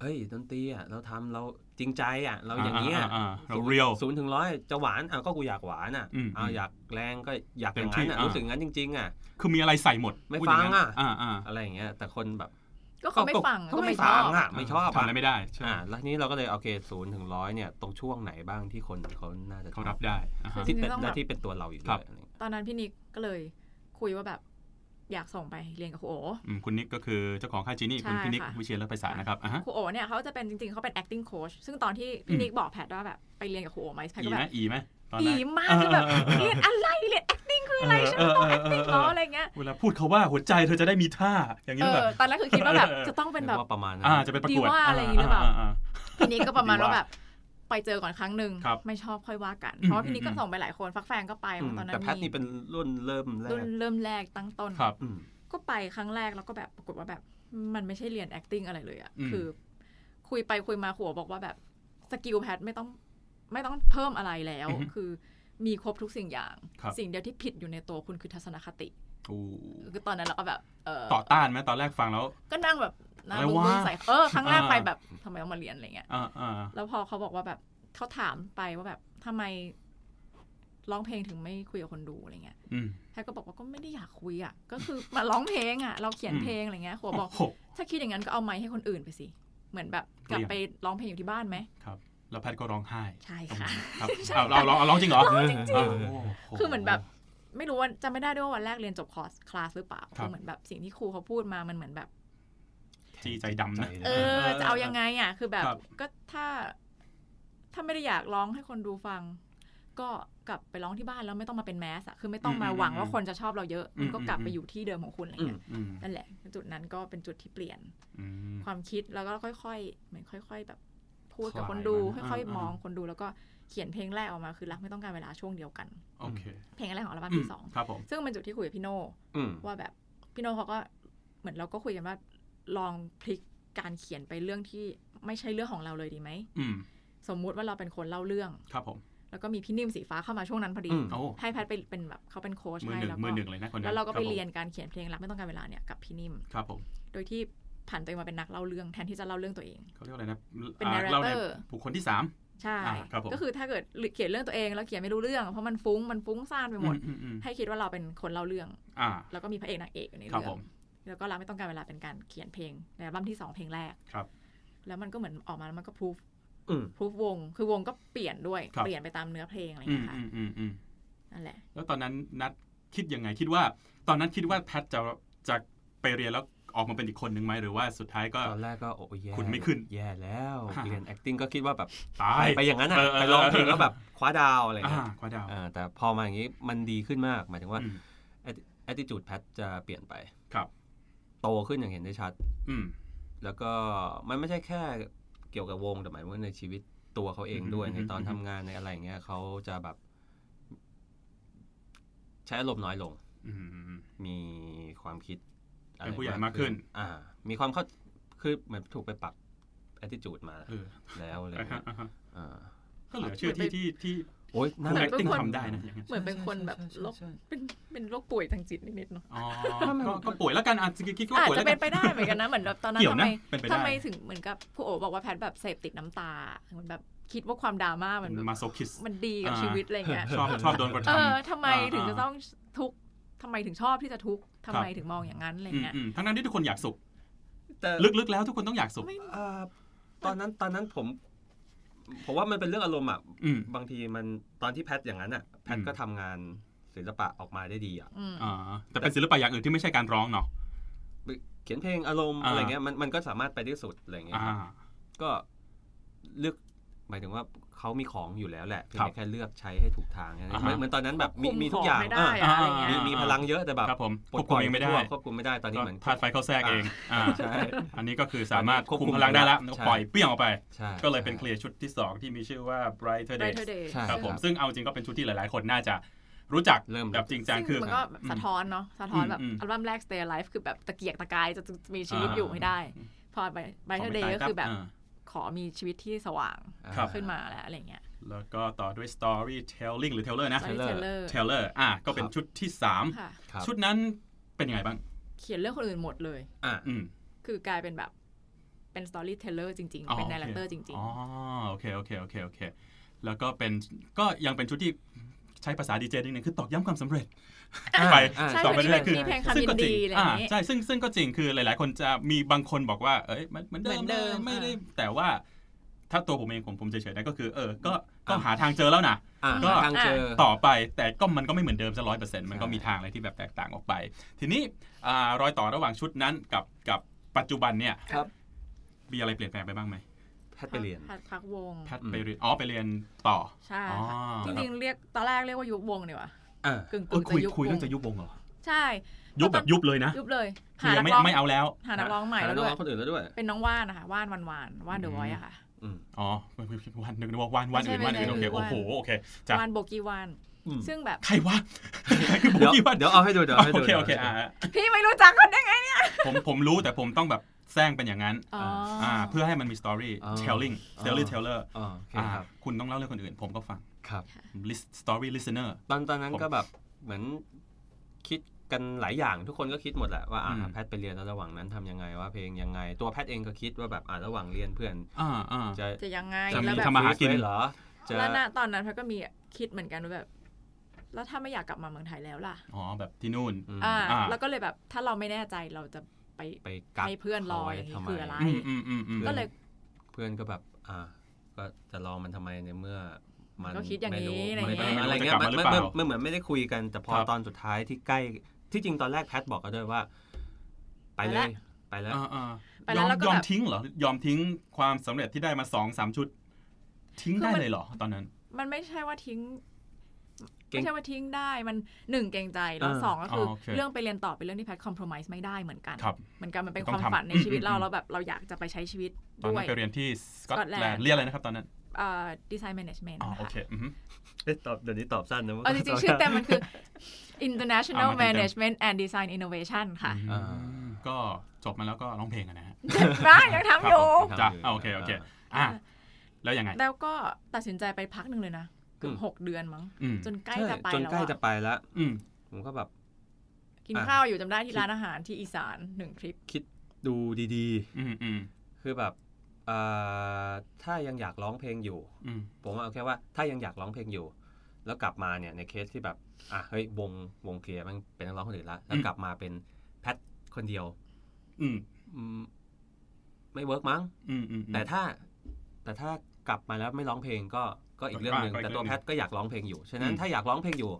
เฮ้ยดนตรีอ่ะเราทำเราจริงใจอ่ะ เราอย่างเงี้ย
อ่าอ่าอ่าเราเรียว
ศูนย์ถึงร้อยจะหวานอ่ะก็กูอยากหวานอ่ะ
อืม
เอา
อืม
อยากแรงก็อยากอ
เต็ม
ย่างนั้น
ที่
อ่ะ
อ่า
รู้สึกงั้นจริง ๆ อ่ะ
คือมีอะไรใส่หมด
ไม่
พูดย่า
ฟัง
นั้น
อะ
อ่าอ่า
อะไรอย่างเงี้ย แต่คนแบบ
ก็เขาไม่ฟัง
ก็
ก็
ไม่
ไม่ช
ฟั
อง บ
อ่ะไม่ชอบ
ทำอะไรไม่ได้ใช่ไหม
อ่าแล้วทีนี้เราก็เลยโอเคศูนย์ถึงร้อยเนี่ยตรงช่วงไหนบ้างที่คนเขาน่าจะ
เขารับได้อ่าฮะ
ที่เป็นและที่เป็นตัวเราอยู่ด้
ครั
ว
บ
ยอะไรอย่างเงี้ย
ตอนนั้นพี่นิกก็เลยคุยว่าแบบอยากส่งไปเรียนกับครูโอ
อืมคุณนิกก็คือเจ้าของค่ายจีนี่
ใช่
คุณพี่นิก
ค่ะ
วิเชียรและไพศาลนะครับอ่าฮะ
ครูโอเนี่ยเขาจะเป็นจริงๆเขาเป็น acting coach ซึ่งตอนที่พี่นิกบอกแพทว่าแบบไปเรียนกับครูโอไหมแพท
อี
ก็
ไห
แบ
ม
บ
อีไหมตอนแร
อี
ก
มากคือแบบ
เออเออเออ
เรียนอะไรเรียน acting คืออะไรฉัน
เอ
ไม่
อเออเออเอ
ต้อง acting เหรอ
อ
อะไรเงี้ย
เวลาพูดเขาว่าหัวใจเธอจะได้มีท่า อย่าง
เอ
นี้แบ
อบ ตอนแรกคือคิดว่าแบบ
เออเออ
จะต้องเป็นแบบ
เรียกว่าประมาณนั้น
อ่าจะไปประกวด
ดีว่าอะไรอย่างนี้หรือเปล่า พี่นิกก็ประมาณ
ดี
ว่าแบบไปเจอก่อนครั้งหนึ่ง
ครับ
ไม่ชอบค่อยว่ากัน
อืม
เพราะว่าพี่นิกก็
อืม
ส่งไปหลายคนฟักแฟงก็ไป
อืม
ตอนนั้
แต่
น
แพทย์
มี
นี่เป็นรุ่นเริ่มแรก
รุ่นเริ่มแรกตั้งต้น
ครับ
อืม
ก็ไปครั้งแรกแล้วก็แบบปรากฏว่าแบบมันไม่ใช่เรียน acting อะไรเลยอะ
อืม
คือ คุยไปคุยมาหัวบอกว่าแบบสกิลแพทไม่ต้องไม่ต้องเพิ่มอะไรแล้ว คือมีครบทุกสิ่งอย่าง
ครับ
สิ่งเดียวที่ผิดอยู่ในตัวคุณคือทัศนคติ
อู้
คือตอนนั้นเราก็แบบเออ
ต่อต้านไหมตอนแรกฟังแล้ว
ก็นั่งแบบหนั่ง
อะไร
มึน
วะ
ๆใส่เออครั้งแรก
อ่า
ไปแบบทำไมต้องมาเรียนอะไรเงี้ย
อ่าอ่า
แล้วพอเขาบอกว่าแบบเขาถามไปว่าแบบทำไมร้องเพลงถึงไม่คุยกับคนดูอะไรเงี้ย
อืม
แพทก็บอกว่าก็ไม่ได้อยากคุยอ่ะก็คือมาร้องเพลงอ่ะเราเขียนเพลงอะไรเงี้ยหัวบอก
โโห
ถ้าคิดอย่างนั้นก็เอาไม้ให้คนอื่นไปสิ เหมือนแบบกลับไปร้องเพลงอยู่ที่บ้านไหม
ครับ แล้วแพทย์ก็ร้องไห้
ใช่ค่ะ
ครับเอาเราเราเราร้องจริงเหรอ
ร้องจริงๆ
โอ้โ
คือเหมือนแบบ ไม่รู้ว่าจะไม่ได้ด้วยว่าวันแรกเรียนจบคอร์สคลาสหรือเปล่า
ครับ
คือเหมือนแบบสิ่งที่ครูเขาพูดมามันเหมือนแบบ
จีใจดำนะ
เออ จะเอายังไงอ่ะ คือแบบ
ครับ
ก็ถ้า ถ้าไม่ได้อยากร้องให้คนดูฟัง ก็กลับไปร้องที่บ้านแล้วไม่ต้องมาเป็นแมสอะคือไม่ต้องมาหวังว่าคนจะชอบเราเยอะมันก็กลับไปอยู่ที่เดิมของคุณอะไร
อืม
เงี้ย
อืม
นั่นแหละ จุดนั้นก็เป็นจุดที่เปลี่ยน
อืม
ความคิดแล้วก็ค่อยๆ เหมือนค่อย ๆ แบบพูดกับ
ค
ค
ลาย
นดู
มัน
ค่อย
อ่าๆ
ๆมองคนดูแล้วก็เขียนเพลงแรกออกมาคือรักไม่ต้องการเวลาช่วงเดียวกัน
โอเค
เพลงแรกของอัลบั้ม
อืม
ที่สอง
ครับผม
ซึ่งเป็นจุดที่คุยกับพี่โน่
อืม
ว่าแบบพี่โน่เขาก็เหมือนเราก็คุยกันว่าลองพลิกการเขียนไปเรื่องที่ไม่ใช่เรื่องของเราเลยดีไหม
อืม
สมมุติว่าเราเป็นคนเล่าเรื่อง
ครับผม
แล้วก็มีพี่นิ่มสีฟ้าเข้ามาช่วงนั้นพอดี
อืม
โอ้
ให้แพทย์ไปเป็นแบบเขาเป็นโค้ช
มือห
ให้
นึ่ง
แล้ว
มื
ก็
อหนึ่งเลยนะคนนั้
แล้
น
วเราก็
ค
ไป
บผม
เรียนการเขียนเพลงรักไม่ต้องการเวลาเนี่ยกับพี่นิ่ม
ครับผม
โดยที่ผ่านตัวเองมาเป็นนักเล่าเรื่องแทนที่จะเล่าเรื่องตัวเอง
เขาเรียกว่าอะไรนะ
เป็น
อ่
narrator
ล่ในบุคคลที่สาม
ใช่
อ่าครับผม
ก็คือถ้าเกิดเขียนเรื่องตัวเองแล้วเขียนไม่รู้เรื่อง เพราะมันฟุ้งมันฟุ้งซ่านไปหมด
อือือืม
ให้คิดว่าเราเป็นคนเล่าเรื่อง
อ่า
แล้วก็มีพระเอกนางเอกอยู่ใน
ครับ
เรื่อ
ผ
ง
ม
แล้วก็รักไม่ต้องการเวลาเป็นการเขียนเพลงในอัลบั้มที่สองเพลงแรก
ครับ
แล้วมันก็เหมือนออกมาแล้วมันก็พูฟ
อืม
พูฟวง คือวงก็เปลี่ยนด้วย
ครับ
เปลี่ยนไปตามเนื้อเพลงอะไรอย่าง
อืม
เงี้ยค่ะ
อืมอืมอืม
นั่นแหละ
แล้วตอนนั้นนัดคิดยังไงคิดว่า ตอนนั้นคิดว่าแพทจะจะไปเรียนแล้วออกมาเป็นอีกคนหนึ่งไหมหรือว่าสุดท้ายก็
ตอนแรกก็โอ้ยแย่
ขุดไม่ขึ้น
แย่แล้ว
ฮะ
เรียน acting ก็คิดว่าแบบ
ตาย
ไปอย่างนั้นอ่ะ
เออเออ
ไปร้องเพลง
เออ
แล้วแบบคว้าดาวอะไร
อ่า
เงี้ย
ควาดาว
เออแต่พอมาอย่างนี้มันดีขึ้นมาก หมายถึงว่า
อืม
attitude แพทจะเปลี่ยนไป
ครับ
โตขึ้นอย่างเห็นได้ชัด
อืม
แล้วก็มันไม่ใช่แค่เกี่ยวกับวงแต่หมายว่าในชีวิตตัวเขาเองด้วย
อืม
ในตอน
อืม
ทำงานในอะไรอย่างเงี้ยเขาจะแบบ ใช้อารมณ์น้อยลง
อืม
มีความคิดอะไร
เป็นผู้ใหญ่มากขึ้น
อ่า มีความเข้าคือเหมือนถูกไปปรับ attitude มา
เออ
แล้วอะไรอย่างเงี้ย
อ่าฮะ
อ่า
ก็เหลือเชื่อที่ที่ที่
โอ๊ย
นั
นั่
กแอคน
เหมือ
น
ติ้ง
ทุกคน
ทำได้นะอย่างเงี้ย
เหมือนเป็นคนแบบโรค
ใช่ใช่ใช่
เป็นเป็นโรคป่วยทางจิตนิดๆเนาะ
อ๋อก็ก็ป่วยแล้วกันอาจจะคิดว่า
อาจ
ป่วย
จะ
แล้ว
เป็
กัน น
ไปได้เหมือนกันนะ เหมือนแบบตอนนั้น
เกี่ยว
ทำ
นะ
ไม
เป็นไปได้
ทำไมถึงเหมือนกับผู้โอบอกว่าแพทย์แบบเสพติดน้ำตาเหมือนแบบคิดว่าความดราม่ามันแบบ
มาโซคิส
มันดีกับ
อ่า
ชีวิตอะไรเงี้ย
ชอบชอบโดนกระทำ
เออทำไมา ถึงจะต้องทุกข์ทำไมถึงชอบที่จะทุกข์ทำไมถึงมองอย่างนั้นอะไร
อืม
เงี้ย
อืมทั้งนั้นที่ทุกคนอยากสุข
แต่
ลึกๆแล้วทุกคนต้องอยากสุข
ไม่
อ่าตอนนั้นตอนนั้นผม ผมว่ามันเป็นเรื่องอารมณ์อ่ะ
อืม
บางทีมันตอนที่แพทอย่างนั้นอ่ะ แพท
อืม
ก็ทำงานศิลปะออกมาได้ดีอ่ะ
อืม
อ่าแต่เป็นศิลปะอย่างอื่นที่ไม่ใช่การร้องเนาะ
เขียนเพลงอารมณ์
อ่า
อะไรเงี้ยมันมันก็สามารถไปได้สุดอะไรเงี้ย
อ่า
ครับก็เลือกหมายถึงว่าเขามีของอยู่แล้วแหละเพียง
ครับ
แต่แค่เลือกใช้ให้ถูกทางแค่นั้น
อ่า
เห
ฮะ
มือนเหมือนตอนนั้นแบบมี
คุ
มีทุกอย่าง
ไม่ได้
อ่า
อะอะไรเงี้ย
อ่า
มีมีพลังเยอะแต่แบบ
ครับผมค
ปล
ว
ด
บ
ป
คุ
ล่
ม
อย
เองไม่ได้
ทั่วควบคุมไม่ได้ตอนนี้
ก็
เหมือน
ธาตุไฟเข้าแทรกเองอ่า
ใช่
อันนี้ก็คือสามารถ
ควบคุ
คุ
ม
มพลังได้แล้ว
ใช่
ปล่อยเปรี้ยงออกไป
ใช่
ก็เลยเป็นเคลียร์ชุดที่ 2 ที่มีชื่อว่า Brighter
ไร
Days
เธอเดย์
ใช่
ครับผม
ครับ
ซึ่งเอาจริงก็เป็นชุดที่หลายๆ คนน่าจะรู้จัก
เริ่ม
แบบจริงจังคือ
ซึ่งมันก็แบบสะท้อนเนาะสะท้อนแบบ
อืมอืม
อัลบั้มแรก Stay Alive คือแบบตะเกียกตะกายจะมีชีวิตอยู่ให้ได้
อ่า
พอไปไบเธอเดย์ก็คือแบบขอมีชีวิตที่สว่าง
อ่า
ครับ
ขึ้นมาแล้วอะไรเงี้ย
แล้วก็ต่อด้วย Storytelling หรือ Teller นะ
ตอนนี้เทเลอร์
Teller อ่ะก็เป็น
ครับ
ชุดที่
ค่ะ
ครับ
3 ชุดนั้นเป็นยังไงบ้าง
เขียนเรื่องคนอื่นหมดเลย
อ่ะ
อืม
คือกลายเป็นแบบเป็นสตอรี่เทเลอร์จริง
อ๋อ
ๆ เป็น
โอเค
ไ a เตอร์จริง
อ๋อโอเคโอเคโอเคโอเค แล้วก็เป็นก็ยังเป็นชุดที่ใช้ภาษาดีเจนิดนึงคือตอกย้ำความสำเร็จ ไป
ๆ ใช่
ต่อไป
วันนี้เป็น
เรื่อยๆคือ
มีเพลงคำ
ซึ่ง
ยิ
ก็
น
จริง
ดีอะไรอย่างนี้
ใช่ ซึ่งซึ่งก็จริง คือหลาย ๆ คนจะมีบางคนบอกว่า เอ้ยมันเหมือนเดิ
เหมื
ม
อนเดิม
นะไม่ได้
อ่
แต่ว่า ถ้าตัวผมเองผมผมเฉยๆนะก็คือ เออ ก็ ก็
อ่ะ
หาทางเจอแล้วนะ
อ่ะ
ก็
ทางเจอ
ต่อไป แต่ก็มันก็ไม่เหมือนเดิมซะร้อยเปอร์เซ็นต์มันก็
ใช่
มีทางอะไรที่แบบแตกต่างออกไป ทีนี้อ่ารอยต่อระหว่างชุดนั้นกับ กับปัจจุบันเนี่ย
ครับ
มีอะไรเปลี่ยนแปลงไปบ้างไหม
แพทไปเรียน
พักพักวง
แพทไปเรียน อ๋อ ไปเรียนต่อ
ใช่
อ๋อ
ค่ะจริงๆเรียกตอนแรกเรียกว่ายุบวงดีกว่า
อ่ะ
กึ่ง
เอ้ย
ๆ
คุย
จะยุบ
คุยวเรื่อง งจะยุบวงเหรอ
ใช่
ยุบแบบยุบเลยนะ
ยุบเลยหา
คือยั
นั
ง
ก
ไม่
ร้อง
ไม่เอาแล้ว
หานักร้องใหม่แล้วด้วย
หานักร้องคนอื่นแล้วด้วย
เป็นน้องว่านนะคะว่านวันวานว่านเดอะวอยอะค่ะ
อืม
อ๋อ วันหนึ่งว่าวันวันอื่นวันอื่นโอเค โอ้โห โอเคจ้ะ
วานโบกี้วาน
อืม
ซึ่งแบบ
ใคร วะ คือผม
เดี๋ยว
คิดว่า
เดี๋ยวเอาให้ดูเดี๋ยวาให้ดู
โอเคโอเคอ่า
พี่ไม่รู้จักคนได้ไง
ผมผมรู้แต่ผมต้องแบบแซงเป็นอย่างนั้น
อ๋ออ่
่าเพื่อให้มันมีสตอรี่ telling story teller
อ๋อโอเค
อ่า
ครับ
คุณต้องเล่าเรื่องคนอื่น ผมก็ฟัง
ครับ
list story listener
ตอนตอนนั้น
ผม
ก็แบบเหมือนคิดกันหลายอย่างทุกคนก็คิดหมดแหละว่าอ่า
อืม
แพทย์ไปเรียนแล้วระหว่างนั้นทำยังไงว่าเพลงยังไง ตัวแพทย์เองก็คิดว่าแบบอ่าระหว่างเรียนเพื่อน
อ่าอ่า
จะ
จะยังไง
จะมี
แล้วแบบ
ทำไม หากิน
ไว้เหรอ จะ
แล้วณตอนนั้นพัก็มีคิดเหมือนกันว่าแบบ แล้วถ้าไม่อยากกลับมาเมืองไทยแล้วล่ะ
อ๋อ แบบที่นู่น
อืม
อ่า
อ่า
แล้วก็เลยแบบถ้าเราไม่แน่ใจเราจะไป
ไปกัก
ให้เพื่อนรอ
ขาไว้
อย่างนี้
ทำไม
คืออะไร
อืมอืมอืมอืม
ก็เลย
เพื่อนก็แบบอ่า ก็จะลองมันทำไมในเมื่อ มัน
ก็คิดอย่างนี้
ไม่รู้
อะไรเงี้ย
ม่อะ
ไม่รู้จะกลับมาน
ไรเงี้ยมั
หรือ
มัน
เปล่า
มันเหมือนไม่ได้คุยกันแต่พอ
ครับ
ตอนสุดท้ายที่ใกล้ที่จริงตอนแรกแพทบอกกันด้วยว่า ไปเลย ไปแล้ว
า
ไป
ๆ
แล้
ยอม
วแล้วก็
ยอม
แบบ
ทิ้งเหรอ ยอมทิ้งความสำเร็จที่ได้มาสองสามชุด ทิ้งได้เลยเหรอตอนนั้น
มันไม่ใช่ว่าทิ้ง
เก่ง
ไม่ใช่ว่าทิ้งได้มันหนึ่งเกรงใจแล้ว
เออ
สองก็คือ
อ
อ
โอเค
เรื่องไปเรียนต่อเป็นเรื่องที่แพทคอมเพลมไ s ์ไม่ได้เหมือนกัน
ครับ
เหมือนกันมันเป็น
ต้
ค
อง
วาม
ทำ
ฝันใน
อืม
ชีวิตเรา
อืม
เราแบบเราอยากจะไปใช้ชีวิต
ตอน
ด้ว
นั้น
ย
ไปเรียนที่สกอตแลน
Scotland
ด์เรียกอะไรนะครับตอนนั้น
ดีไซน์แมネจเมนต์
อ๋อ โอ
ค่ะ
เคอือฮึ
เอ๊ะตอบเดี๋ยวนี้ตอบสั้นนะว่า
เออจริงๆ ชื่อเต็มมันคือ International
อ่ะมาเต็มๆ
Management and Design Innovation ค่ะ
อืมก็จบมาแล้วก็ร้องเพลงกันนะฮะ
ร้ายังทำอยู่
จ้ะอ่ะโอเคโอเค อ่ะแล้วยังไง
แล้วก็ตัดสินใจไปพักหนึ่งเลยนะเกือบหกเดือนมั้ง
อืม
จนใกล้
ใช่
จะไป
จน
แล้ว
ใกล้
อะ
จะไปแล้ว
อืม
ผมก็แบบ
กิน
อ่ะ
ข้าวอยู่จำได้ที่ร้านอาหารที่อีสานหนึ่งทริป
คิดดูดี
อืมอืม
ๆ คือแบบเอ่อถ้ายังอยากร้องเพลงอยู่
อืม
ผมว่าเอาแค่ว่าถ้ายังอยากร้องเพลงอยู่ แล้วกลับมาเนี่ยในเคสที่แบบอ่ะเฮ้ยวงวงเคลียร์มันเป็นนักร้องคนอื่นละแล้ว
อืม
กลับมาเป็นแพทคนเดียว
อืม
อืมไม่เวิร์กมั้ง
อืมอืม
แต่ถ้าแต่ถ้ากลับมาแล้วไม่ร้องเพลงก็ก็อีกเรื่องหนึ่ง
ก็อีก
แต่ตัวแพทก็อยากร้องเพลงอยู่ ฉะนั้
อื
น
ม
ถ้าอยากร้องเพลงอยู่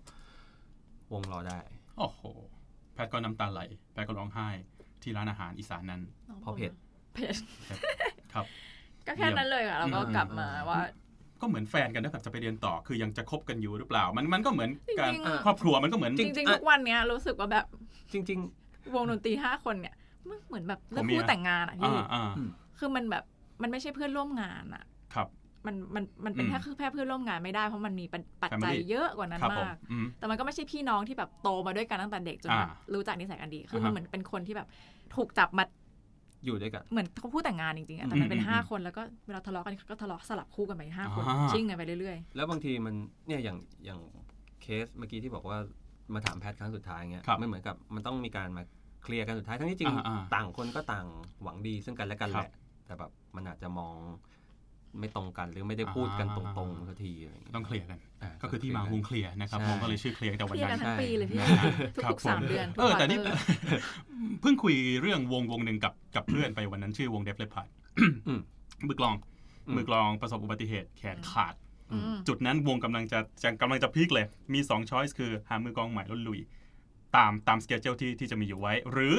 วงรอได้
โอ้โห แพทก็น้ำตาไหล แพทก็ร้องไห้ที่ร้านอาหารอีสานนั้น
น้ง
เพราะเผ็ด
เผ็ด
ครับ
ก็แค่นั้นเลยค่ะเราก็
อืม
กลับมาว่า
ก็เหมือนแฟนกันนะแบบจะไปเรียนต่อคือยังจะคบกันอยู่หรือเปล่า มันมันก็เหมือน
จริงๆ
การครอบครัวมันก็เหมือน
จริงๆ ทุกวันเนี้ยรู้สึกว่าแบบ
จริง
วงดนตรีห้าคนเนี่ยมันเหมือนแบบ
ผ
เลิก
มมี
คู่
นะ
แต่งงานอ่ะพี่
อ่าอ่า
คือมันแบบมันไม่ใช่เพื่อนร่วมงานอ่ะ
ครับ
มันมันมันเป็น
อืม
แค่แค่เพื่อนร่วมงานไม่ได้เพราะมันมีปัจปัจจัย
Family
เยอะกว่านั้น
ครับผม
มาก
อืม
แต่มันก็ไม่ใช่พี่น้องที่แบบโตมาด้วยกันตั้งแต่เด็กจนแบบ
อ่า
รู้จักนิสัยกันดี คืออา
ฮะ
มันเหมือนเป็นคนที่แบบถูกจับมา
ๆ อยู่ด้วยกัน
เหมือนเขาพูดแต่งงานจริงๆอะแต่มันเป็นห้าคนแล้วก็เวลาทะเลาะกันก็ทะเลาะสลับคู่กันไปห้าคน
อ่า
ชิ่งกันไปเรื่อย
แล้วบางทีมันเนี่ยอย่างอย่างเคสเมื่อกี้ที่บอกว่ามาถามแพทครั้งสุดท้ายเงี้ย
ครับ
มันเหมือนกับมันต้องมีการมาเคลียร์กันสุดท้ายทั้งที่จริง
อ่าๆ
ต่างคนก็ต่างหวังดีซึ่งกันและกัน
ครั
แห
บ
ละ แต่แบบมันอาจจะมองไม่ตรงกันหรือไม่ได้พูดกันต
อ่าๆ
รงๆสักทีอะไรอย่างเงี้ย
ต้องเคลียร์กัน
า
ก็คือที่มาวงเคลียร์นะครับ
ใช่
วงก็เลยชื่อเคลียร์ตั้ง
ๆ
แต่
เค
วัน
ลียร์
นั้
กัน นทั้งปีเลยพี่
ครับ
ทุกๆสาม
ผม
เดือนทุก
เออแต่นี่
ควอเตอร์
เพิ่งคุยเรื่องวงวงหนึ่งกับกับเพื่อนไปวันนั้นชื่อวงเดฟเลพาร์ด
อืม
มือกลอง
อืม
มือกลองประสบอุบัติเหตุแขนขาด
อืม
จุดนั้นวงกำลังจะจะกำลังจะพีคเลย มีสองช้อยส์คือหามือกลองใหม่แล้วลุย ตามตามสเกจเจลที่ที่จะมีอยู่ไว้ หรือ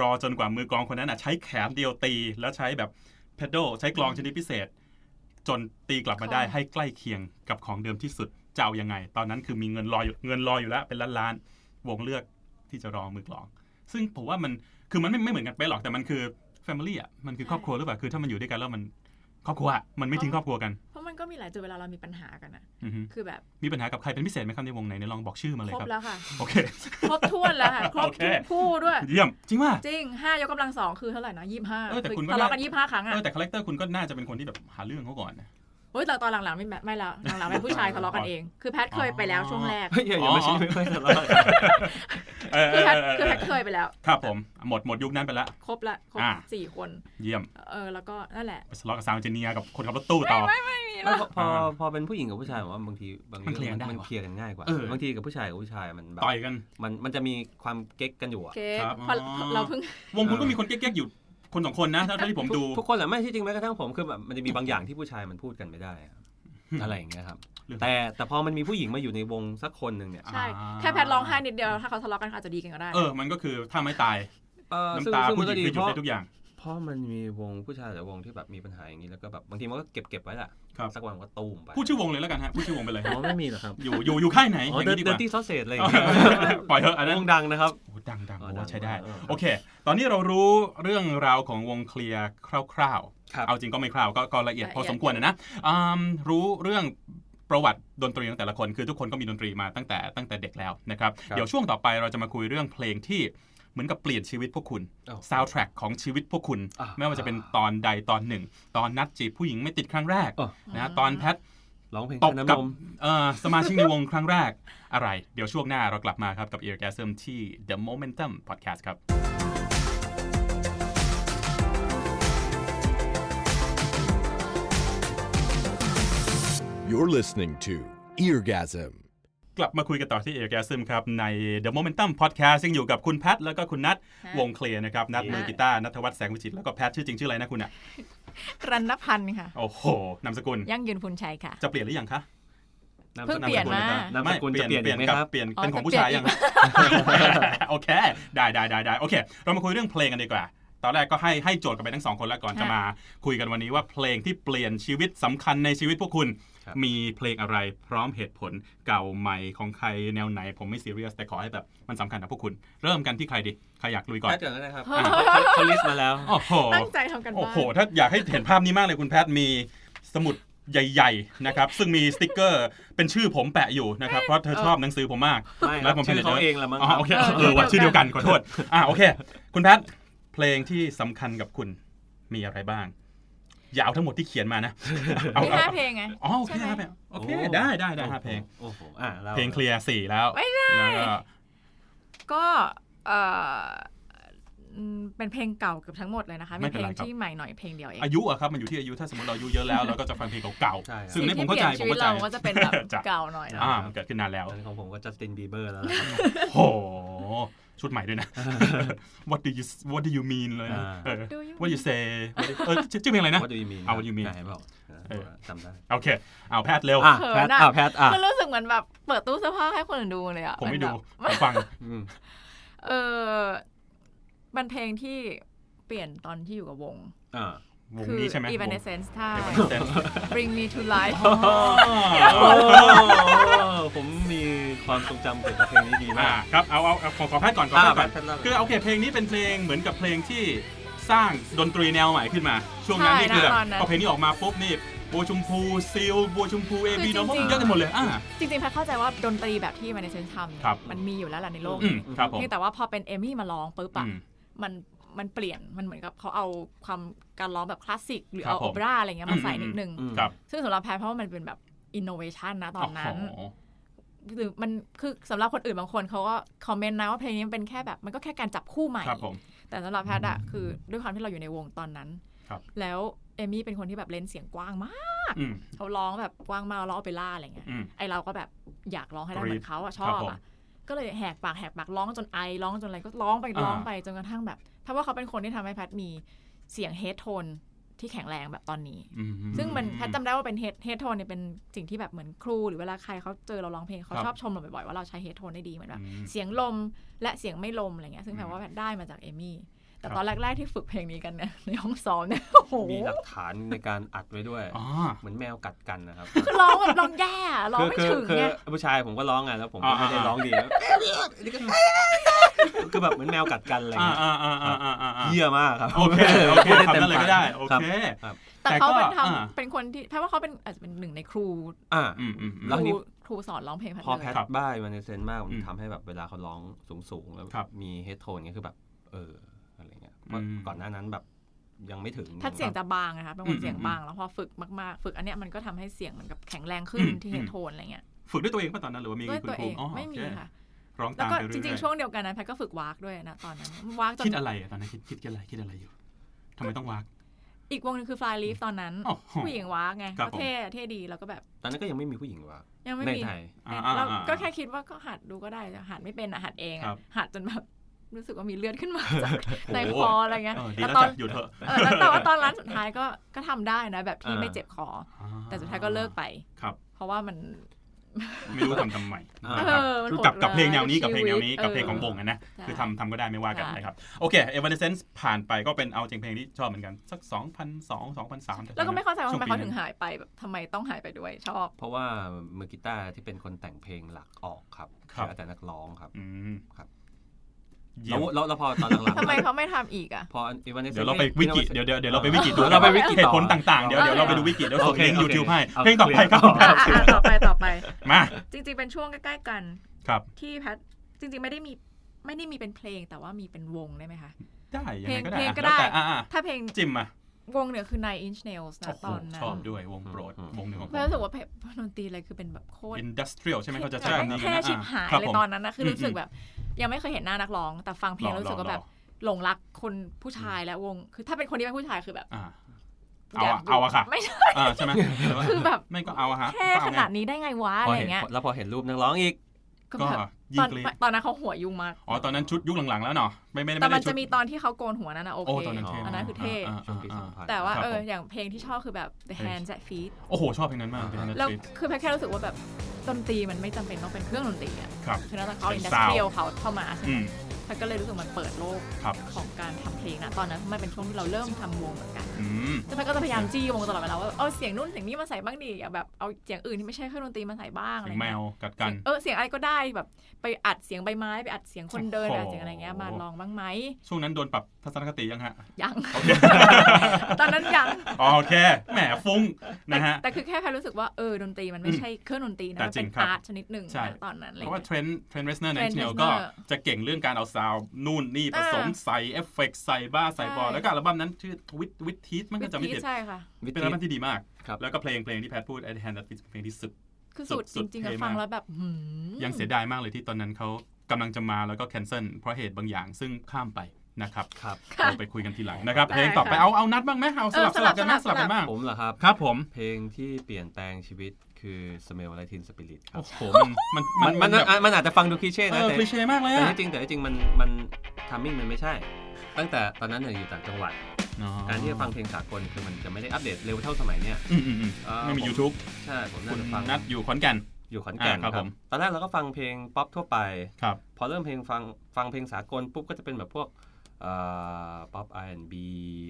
รอจนกว่ามือกลองคนนั้นนะใช้แขนเดียวตี แล้วใช้แบบเพด a l ใช้กลองชนิดพิเศษ จนตีกลับมาได้ให้ใกล้เคียงกับของเดิมที่สุดจะเอายังไง ตอนนั้นคือมีเงินรออยู่เงินรออยู่แล้วเป็นล้านล้านๆวงเลือกที่จะรอมือกลอง ซึ่งผมว่ามันคือมันไม่ไม่เหมือนกันไปหรอกแต่มันคือ Family อ่ะมันคือครอบครัวหรือเปล่าคือถ้ามันอยู่ด้วยกันแล้วมันครอบครัวอะมันไม่ทิ้งครอบครัวกัน
เพราะมันก็มีหลายจุดเวลาเรามีปัญหากันอะ
อือฮึ
คือแบบ
มีปัญหากับใครเป็นพิเศษไหมครับในวงไหนในยลองบอกชื่อมาเลย
ครบ
ครับ
แล้วค่ะ
โอเค
ครบถ้วนแล้ว ค่ะ ครบ
โอเค
ทุกคู่ด้วย
เยี่ยม จริงว่า
จริงห้ายกกำลังสองคือเท่าไหร่นะยี่ห้า
เออแต่คุณก็
ทะเลาะกันยี่ห้าครั้ง
เอ
อะ
อแต่คาแรคเตอร์คุณก็น่าจะเป็นคนที่แบบหาเรื่องเขาก่อนนะ
เฮ้ยแต่ตอนหลังๆไม่ไม่แล้วหลังๆเป็นผู้ชายทะเลาะกันเอง คือแพทเคยไปแล้วช่วงแรก
เฮ้ยอย่าอย่ามาชี้ไม่ค่อยทะเลาะกัน
เออเออ
คือแพท
เออ
คือ
เอ
แพ
อ
ทเคยไปแล้ว
ครับผม หมดหมดยุคนั้นไปละ
ครบละครบ
อ่า
สี่คน
เยี่ยม
เออแล้วก็นั่นแหละ
ไปทะเลาะกับซาวด์เอนจิเนียร์กับคนขับรถตู้ต่อ
ไม่พอพอ
อ่า
พอเป็นผู้หญิงกับผู้ชายผมว่าบางทีบาง
มันเคลียร์
รื่อง
ได้
มัน
ว่ะ
เคลียร์กันง่ายกว่า
เออ
บางทีกับผู้ชายกับผู้ชายมันแบบ
ต่อยกัน
มันมันจะมีความเก๊กกันอยู่
โอ
อะ
เค
ครับ
พอ
อ๋อ
เราเพิ่ง
วงคุณก็มีคนเก๊กๆอยู่คนสองคนนะเท่าที่ผมดู
ทุกคนแหละไม่ที่จริงแม้กระทั่งผมคือแบบมันจะมีบางอย่างที่ผู้ชายมันพูดกันไม่ได้ อะอะไรอย่างเงี้ยครับ
เรื่อง
แต่แต่พอมันมีผู้หญิงมาอยู่ในวงสักคนหนึ่งเนี่ย
ใช่
อ่า
แค่แพทร้องไห้นิดเดียวถ้าเขาทะเลาะกันเขาอาจจะดีกันก็ได้
เออ มันก็คือถ้าไม่ตาย
เอ่อซึ่ง
น้ำตา
ซึ่ง
ผู้
มั
หญิง
นก็ดี
คือห
เพ
ยุด
ราะ
ได้ทุกอย่าง
เพราะมันมีวงผู้ชายแต่วงที่แบบมีปัญหาอย่างนี้แล้วก็แบบบางทีมันก็เก็บเก็บไว้แหละ
ครับ
สักวันมันก็ตูมไป
พูดชื่อวงเลยแล้วกันฮะพูดชื่อวงไปเลย
อ๋อไม่มีเหรอครับ
อยู่อยู่อยู่ค่ายไหนอ
อ๋อย่าง เดิ
นี้
น
ดีก
เดิ
ว่า
นที่ซอสเซจอะไรอย่างเงี้ย
ปล่อยเถอะอั นนั้น
วงดังนะครับ
โอ้ดังดัง
เออ
โอ้
ดัง
ใช้ได้
เออ
โอเค ตอนนี้เรารู้เรื่องราวของวงเคลียร์คร่าว
ครั
ๆ
บ
เอาจริงก็ไม่คร่าวก็ก็ละเอียด
ละเอีย
พ
ด
อสมควรนะนะอืมรู้เรื่องประวัติดนตรีของแต่ละคนคือทุกคนก็มีดนตรีมาตั้งแต่ตั้งแต่เด็กแล้วนะครับ
ครับ
เดี๋ยวช่วงต่อไปเราจะมาคุยเรื่องเพลงที่เหมือนกับเปลี่ยนชีวิตพวกคุณ
อ้าว
ซาว n d ทร็กของชีวิตพวกคุณ
อ่า
ไม่ว่าจะเป็นตอนใดตอนหนึ่ง ตอนนัดจีบผู้หญิงไม่ติดครั้งแรก
อ่ะ
นะตอนแพท
ร้องเพลง
ตบ
ค่าน้ำ
กัน บ
ม
เอ่อสมาชิกในวงครั้งแรกอะไร เดี๋ยวช่วงหน้าเรากลับมาครับกับ e a r g a s m ที่ The Momentum Podcast ครับ
You're listening to Eargasm.
กลับมาคุยกันต่อที่ e a r g a s m ครับ ใน The Momentum Podcast ซึ่งอยู่กับคุณแพทแล้วก็คุณนัท
ฮะ
วงเคลียร์นะครับ นัท
ฮะ
มือกีตาร์นัทวัฒน์แสงวิจิตรแล้วก็แพทชื่อจริงชื่ออะไรนะคุณอ่ะ
รันนพันธ์ค่ะ
โอ้โหนามสกุล
ยั่งยืนพูนชัยค่ะ
จะเปลี่ยนหรือยังคะ
เพิ่งเปลี่ยนมา
นามสกุล
ไ
จะเปลี่ยนอีกไหมครับ
เปลี่ยน
อ๋อ
เป็นของ
จะ
ผู้
เปลี่ยน
ชายยัง
อีก
โอเค ได้ได้ได้ได้โอเค เรามาคุยเรื่องเพลงกันดีกว่า ตอนแรกก็ให้ให้โจทย์กันไปทั้งสองคนแล้วก่อน
ค่ะ
จะมา คุยกันวันนี้ว่าเพลงที่เปลี่ยนชีวิตสำคัญในชีวิตพวกคุณ
ครับ
มีเพลงอะไรพร้อมเหตุผลเก่าใหม่ของใครแนวไหน ผมไม่ซีเรียสแต่ขอให้แบบมันสำคัญกับพวกคุณ เริ่มกันที่ใครดีใครอยากลุยก่อน
แพทย์ก่อนก็ได้ครับ
อ่ะ
เขาเขาลิสต์มาแล้ว
โอ้โห
ตั้งใจทำกัน
โอ้
บ้าน
โห ถ้าอยากให้เห็นภาพนี้มากเลยคุณแพทย์มีสมุดใหญ่ๆนะครับ ซึ่งมีสติกเกอร์เป็นชื่อผมแปะอยู่นะครับ เพราะเธอชอบหนังสือผมมาก
ไม่
แล้ว
รับ
ผม
ชื่อ
เปลี่ยน
เขา
เลย
เองละมั้ง
อ๋อ
ครับ
โอเคเออว่าชื่อเดียวกันขอโทษอ่าโอเค คุณแพทย์เพลงที่สำคัญกับคุณมีอะไรบ้าง อย่าเอาทั้งหมดที่เขียนมา นะเอา
มี
เอา
ห้าเพลงไง
อ๋อโอเค
ใช่ไหม
ห้าเพลงโอเคได้ได้ได้ห้าเพลง
โอ้โหอ่ะเรา
เพลงเคลียร์สี่แล้ว
ไม่ได้
แล้วก็
ก็เอ่ออืมเป็นเพลงเก่าเกือบทั้งหมดเลยนะคะมีเพลงที่ใหม่หน่อยเพลงเดียวเอง
อายุอะครับมันอยู่ที่อายุถ้าสมมติเราอายุเยอะแล้วเราก็จะฟังเพลงเก่า
ใช่
ๆซึ่
ซึ่
ง
ง
อันนี่ผมเข้าใจผ
สิ่
ม
งที่เปลี่ยนชีวิต
เข้าใจ
เราก็จะเป็นแบบ
จ้ะ
เก่าหน่อยนะ
อ่ามันเกิดขึ้นนานแล้ว
ตอนนี้ของผมก็จัสตินบีเบอร์แล้วนะ
โห ชุดใหม่ด้วยนะ What do you What do you mean เลยนะ
อ่า
เออ
ดูอยู่
What you say What do- เออชื่อชื่อเพลงอะไรนะ
ว่าดูยูมี
เอา What Do You Mean
ได้เปล่า
เออ
จำได้
โอเค เอาแพทย์เร็ว
อ่ะ
เขิ
แพ
น
ท
อะ
อ่ะแพทอ่ะ
มันรู้สึกเหมือนแบบเปิดตู้เสื้อผ้าให้คนอื่นดูเลยอะ
ผมไม่
น
ดู
แบบ
ผมฟัง
อืม
เออมันเพลงที่เปลี่ยนตอนที่อยู่กับวง
อ่ะ
วง
คือ
นี้ใช่ไหมวง
Evanescence ใช่
Evanescence
Bring Me to Life
โอ้ผมมีความทรงจำเกี่ยวกับเพลงนี้ดี
อ่าม
าก
ครับ เอาเอาเอาขอขอแพทย์ก่อนขอ
อ่า
แพทย์ก่อน
แพทย์เล่า
คือโอเคเพลงนี้เป็นเพลงเหมือนกับเพลงที่สร้างดนตรีแนวใหม่ขึ้นมา ช่วงนั้น
ใช่
นี่คือแบบ
นะตอนนั้น
พอเพลงนี้ออกมาปุ๊บนี่บัวชมพูซิลบัวชมพูเอ
คือ
บี
จริงๆ
น้องพวกมันเยอะกันหมดเลยอ่า
จริงๆแพทย์เข้าใจว่าดนตรีแบบที่ Evanescence ทำเนี่ย
ครับ
มันมีอยู่แล้วแหละในโลก
อืมครับผม
เพียงแต่ว่าพอเป็นเอมี่มาร้องปุ๊บ
อื
อะ
ม
มันมันเปลี่ยนมันเหมือนกับเขาเอาความการร้องแบบคลาสสิก หรือ
ครับ
เอาโอ
ผม
เปร่าอะไรเงี้ยมาใส่
อืม
นิดนึง
อืม
ครับ
ซึ่งสำหรับแพรเพราะว่ามันเป็นแบบอินโนเวชันนะตอนนั้น
โโห
หรือมันคือสำหรับคนอื่นบางคนเขาก็คอมเมนต์นะว่าเพลงนี้มันเป็นแค่แบบมันก็แค่การจับคู่ใหม่
ครับผม
แต่สำหรับแพทย์อะคือด้วยความที่เราอยู่ในวงตอนนั้น
ครับ
แล้วเอมี่เป็นคนที่แบบเล่นเสียงกว้างมาก
อืม
เขาร้องแบบกว้างมากร้องโอเปร่าอะไรเงี้ย
อืม
ไอเราก็แบบอยากร้องให้ได้เหมือนเขาอะช
ครั
อ
บบ ผม
อะก็เลยแหกปากแหกปากร้องจนไอร้องจนอะไรก็ร้องไป
อ่า
ร้องไปจนกระทั่งแบบถ้าว่าเขาเป็นคนที่ทำให้แพทย์มีเสียงเฮดโทนที่แข็งแรงแบบตอนนี้
อืม
ซึ่งมันแพทย์จำได้ว่าเป็นเฮดเฮดโทนเนี่ยเป็นสิ่งที่แบบเหมือนครู หรือเวลาใครเขาเจอเราร้องเพลงเขา
ครับ
ชอบชมเราบ่อยๆว่าเราใช้เฮดโทนได้ดีเหมือนแบบ
อืม
เสียงลมและเสียงไม่ลมอะไรเงี้ยซึ่งแปลว่าแบบได้มาจากเอมี่ แต่
ครับ
ตอนแรก ๆ ที่ฝึกเพลงนี้กันเนี่ย ในห้องซ้อมเนี่ย โอ้โห
มีหลักฐานในการอัดไว้ด้วย
อ๋อ
เหมือนแมวกัดกันนะครับ
คือร้องแบบร้องแย่อะร้องไม่
คือ
ถึง
คือ
ไง
คือผู้ชายผมก็ร้องไงแล้วผม
อ่า
ก็ไม่ได้ร้องดีนะคือแบบเหมือนแมวกัดกันอะไร
อ่า
เงี้ย
อ่าอ่าอ่าอ่าอ่า
เยี่ยมากครับ
โอเคโอเคทำนั่นเลยก็ได้ โอ
รับ
เค
แต่
แต่
เขา
ก็
เป็น
อ่า
ทำเป็นคนที่แพทย์ว่าเขาเป็นอาจจะเป็นหนึ่งในครู
อ่า
อืมอืมอืม
แล้วทีนี้
ครูครูสอนร้องเพลงแพทย์
พอ
เล
แพ
ย
ท
ครับ
บ้ายมันเซนมากมั
อื
น
ม
ทำให้แบบเวลาเขาร้องสูงสูงๆแล้ว
ครับ
มีเฮดโทนเงี้ยคือแบบ เอออะไรเงี้ยเพ
อื
ราะ
ม
ก่อนหน้านั้นแบบยังไม่ถึง
แพทย์เสียงจะบางนะคะเป็นค
อื
น
ม
เสียงบาง
อืม
แล้วพอฝึกมากๆ ฝึกอันเนี้ยมันก็ทำให้เสียงเหมือนกับแข็งแรงขึ้น
อืม
ที่
อื
เฮ
ม
ดโทนอะไรเงี้ย
ฝึกด้วยตัวเองป่ะตอนนั้นหรือว่ามี
ด้วย
คุณ
ตัว
ค
เอ
รู
ง
อ๋อ
ไม่
โอ
มี
เค
ค่ะ
ร้อง
แล้
ตาว ม
ก็
ไป
จ
เรื่อย
ริง ๆ ช่วงเดียวกันนะแพทย์ก็ฝึกวากด้วยนะตอนนั้นวากจ
ๆ
น
คิดอะไรอะตอนนั้นคิดคิดอะไรคิดอะไรอยู่ทำไมต้องวาก
อีกวงหนึงคือ Fly Leaf ตอนนั้น
อ๋อ
ผู้หญิงวากไง
ครับผ
ก็
ม
เท่เท่ดีแล้วก็แบบ
ตอนนั้นก็ยังไม่มีผู้หญิงว่ะ
ยังไม่
ใน
มี
ไทย
อ่า
เรา
อ่า
ก็แค่คิดว่าก็หัดดูก็ได้แต่หัดไม่เป็นอะหัดเอง
ครั
อะ
บ
หัดจนแบบรู้สึกว่ามีเลือดขึ้นมาจาก
โอ้โห
ในคออะไรเงี้ย
เออดี
แต่
แล้ว
ตอน
จัดอยู่เถอะ
เออแล้วแต่ว่าตอนร้านสุดท้ายก็ก็ทำได้นะ แบบที่
อ่า
ไม่เจ็บคอ
อ่
แต่สุดท้ายก็เลิกไป
ครับ
เพราะว่ามัน
ไม่รู้ทำทำไม
อ่า
นะครับ
เออมัน
คือกับ
โหด
กับเพลงแนวนี้
ร้าย
กับเพลงแนวนี้
ชีวิต
กับเพลง
เออ
ของวงอะนะ
ใช่
คือทำทำก็ได้ไม่ว่ากัน
ใช่
นะครับโอเค Evanescence ผ่านไปก็เป็นเอาจริงเพลงที่ชอบเหมือนกันสัก2 0 0 2 2003
แล้วก็ไม่เข้าใจว่าทำไม
ช่
เขา
วงปีนั้น
ถึงหายไปแบบทำไมต้องหายไปด้วยชอบ
เพราะว่ามือกีตาร์ที่เป็นคนแต่งเพลงหลักออกครับ
ครับ
เหลือแต่นักร้องครับ
อืมเยี่ย
แล้ว
ม
แล้วแล้วพอตอนหลัง
ทำไมเขาไม่ทำอีกอะ
พออีวัน
เดี๋ยวเราไปวิกิเดี๋ยวเดี๋ยวเดี๋ยวเราไปวิกิดู
เราไปวิกิ
เห
ต่อ
ตุผลต่างๆ เดี๋ยวเดี๋ยวเราไปดูวิกิเดี๋ยวส่ง
โอเค
ลิงก์
โอ
ยู
เค
ทูบให้
เอา
เพลงต่อไปครับ
เคลีย
คุณแพทย์
อ่ะ
ร์
อ่ะต่อไปต่อไป
มา
จริงๆเป็นช่วงใกล้ๆกัน
ครับ
ที่แพทจริง ๆ ไม่ได้มีไม่ได้มีเป็นเพลงแต่ว่ามีเป็นวงได้ไหมคะ
ได้ยังไงก็ได้
เพลงก็
แล้วแต่
ได้
อ่า
ถ้าเพลง
ๆจิ้มมาว
งเนี่ยคือ Nine Inch Nails นะ
โอ้โห
ตอนนั้
ชอบ
น
ด้วยวงโปรดวงหนึ่งของผ
เรา
ม
รู้สึกว่าเพลงดนตรีอะไรคือเป็นแบบโคตร
อินดัสเทรียลใช่ไหมเขาจะใช้คำนี้
แค่
นะ
ชิบหาย
ครับ
เลย
ผม
ตอนนั้นนะคือ
ม
รู้สึกแบบ ยังไม่เคยเห็นหน้านักร้อง แต่ฟังเพลงแล้วรู้สึกว่าแบบหลงรักคนผู้ชายและวง คือถ้าเป็นคนที่เป็นผู้ชายคือแบบ
อ่า เอา
ย
อะ
กยู่
เอาอะค่ะ
ไม่ใช่
อ่าใช่ไหม
คือแบบ
ไม่ก็เอาอะฮะ
แค่
ก็เอ
ข
ไง
นาดนี้ได้ไงวะ
พ
อะ
อ
ไร
เห็น
เงี้ย
แล้วพอเห็นรูปนักร้องอีก
ก็
ก็
แบบ
ยิ่
ต
ง
อน
กรี๊ด
ตอนนั้นเขาหัวยุงมาก
อ๋อตอนนั้นชุดยุคหลังๆแล้วเนาะไม่ไม่
แต่
ไม่
มั
ได้
น
ชุ
จะ
ด
มีตอนที่เขาโกนหัวนั่นนะโอเค
โอ้ตอนนั้นเท่
อันนั้นคือเท่
า
ช่วงปี
อ่า
สอง
อ่า
พัน
แต่ว่า
ครับ
เออ
ผม
อย่างเพลงที่ชอบคือแบบ The Hands at Feet
โอ้โห ชอบเพลงนั้นมากเป็น
แล้ว
ฟิต
คือแพทแค่รู้สึกว่าแบบดนตรีมันไม่จำเป็นต้องเป็นเครื่องดนตรีอ่ะ
ครับ
ฉะนั้นเขา
เป็
อิ
น
นดัส
sound
เทรียลเขาเข้ามาใช่
อื
ไหม
ม
แพทก็เลยรู้สึกมันเปิดโลก
ครับ
ของการทำเพลงนะตอนนั้นมันเป็นช่วงที่เราเริ่มทำวงเหมือนกัน
อืม
แต่แพทก็จะพยายามจี้วงตลอดเวลาว่าเอาเสียงนู่นเสียงนี้มาใส่บ้างดิอย่าแบบเอาเสียงอื่นที่ไม่ใช่เครื่องดนตรีมาใส่บ้างอะ
ถึ
ไรง
แม
เงี้ยว
กัดกัน
เออเสียงอะไรก็ได้แบบ ไปอัดเสียงใบไม้ไปอัดเสียงคนเดิน
โอ้
ไป
โห
อัดเสียงอะไรเงี้ยมาลองบ้างไหม
ช่วงนั้นโดนปรับทัศนคติยังฮะ
ยัง ตอนนั้นยัง
อ๋อโอเค แหมฟุ้งนะฮะ
แต่แต่คือแค่แพทรู้สึกว่าเออดนตรีมันไม่ใช่เครื่องดนตรีนะ
แต่
มัน
จริ
เป็
ง
น
ครับ
อาร์ตชนิดหนึ่ง
ใช่
นะตอนนั้นอะไร
เพราะว่า
เงี้ย
เทรนด์เทรนด์เรสเนอร์ใน
Trent
ชแนล
Reznor
ก็จะเก่งเรื่องการเอาซาวด์นู่นนี่ผสม
อ่า
ใส่เอฟเฟกต์ใส่บ้าใส่บอล
ใช่
แล้วก็อัลบั้มนั้นชื่อวิดวิดทีสมันก็จะไม่
วิธี
ผิด
ใช่ค่ะ
วิ
เป็น
ธี
อัลบั้มที่ดีมาก
ครับ
แล้วก็เพลงเพลงที่แพทพูด At Hand That Fits เป็นเพลงที่สุด
คือสุด
สุ
จ
ด
ริงๆอะ
เท่มาก
ฟังแล้วแบบหืม
ยังเสียดายมากเลยที่ตอนนั้นเขากำลังจะมาแล้วก็แคนเซิลเพราะเหตุบางอย่างซึ่งข้ามไปนะครับ
ครับ
ค่ะ
เราไปคุยกันทีหลังนะครับ
ได้
เพลงต่อไป
ค่ะ
เอาเอานัดบ้างไหมเอาสลับ
เออ
ส
สลั
ลับบ กันนะส
สลั
ลับบ กันบ้าง
ผมเหรอครับ
ครับผม
เพลงที่เปลี่ยนแปลงชีวิตคือ Smell Like Teen Spirit ครั
โอ้
บ
โหมันมัน
มันมัน
แบบ
มันอาจจะฟังดูคลีเช่
เอ
นะ
อ
แต่
คลีเช่มากเลย
แต่
อะ
ที่จริงแต่ที่จริงมันมันทามมิ่งมันไม่ใช่ ตั้งแต่ตอนนั้นเนี่ยอยู่ต่างจังหวัด
อ๋อ
การที่จะฟังเพลงสากลคือมันจะไม่ได้อัปเดตเร็วเท่าสมัยเนี่ย
อืมอืมอืม
เอ่อ
ไม่มี
ผม
YouTube
ใช่ผม
คุ
น่า
ณ
จะฟัง
นัดอยู่ขอนแก่น
อยู่ขอนแก่น
อ่าครับผม
ตอนแรกเราก็ฟังเพลงป๊อปทั่วไป
ครับ
พอเริ่มเพลงฟังฟังเพลงสากลปุ๊บก็จะเป็นแบบพวกเอ่อป๊อป R&B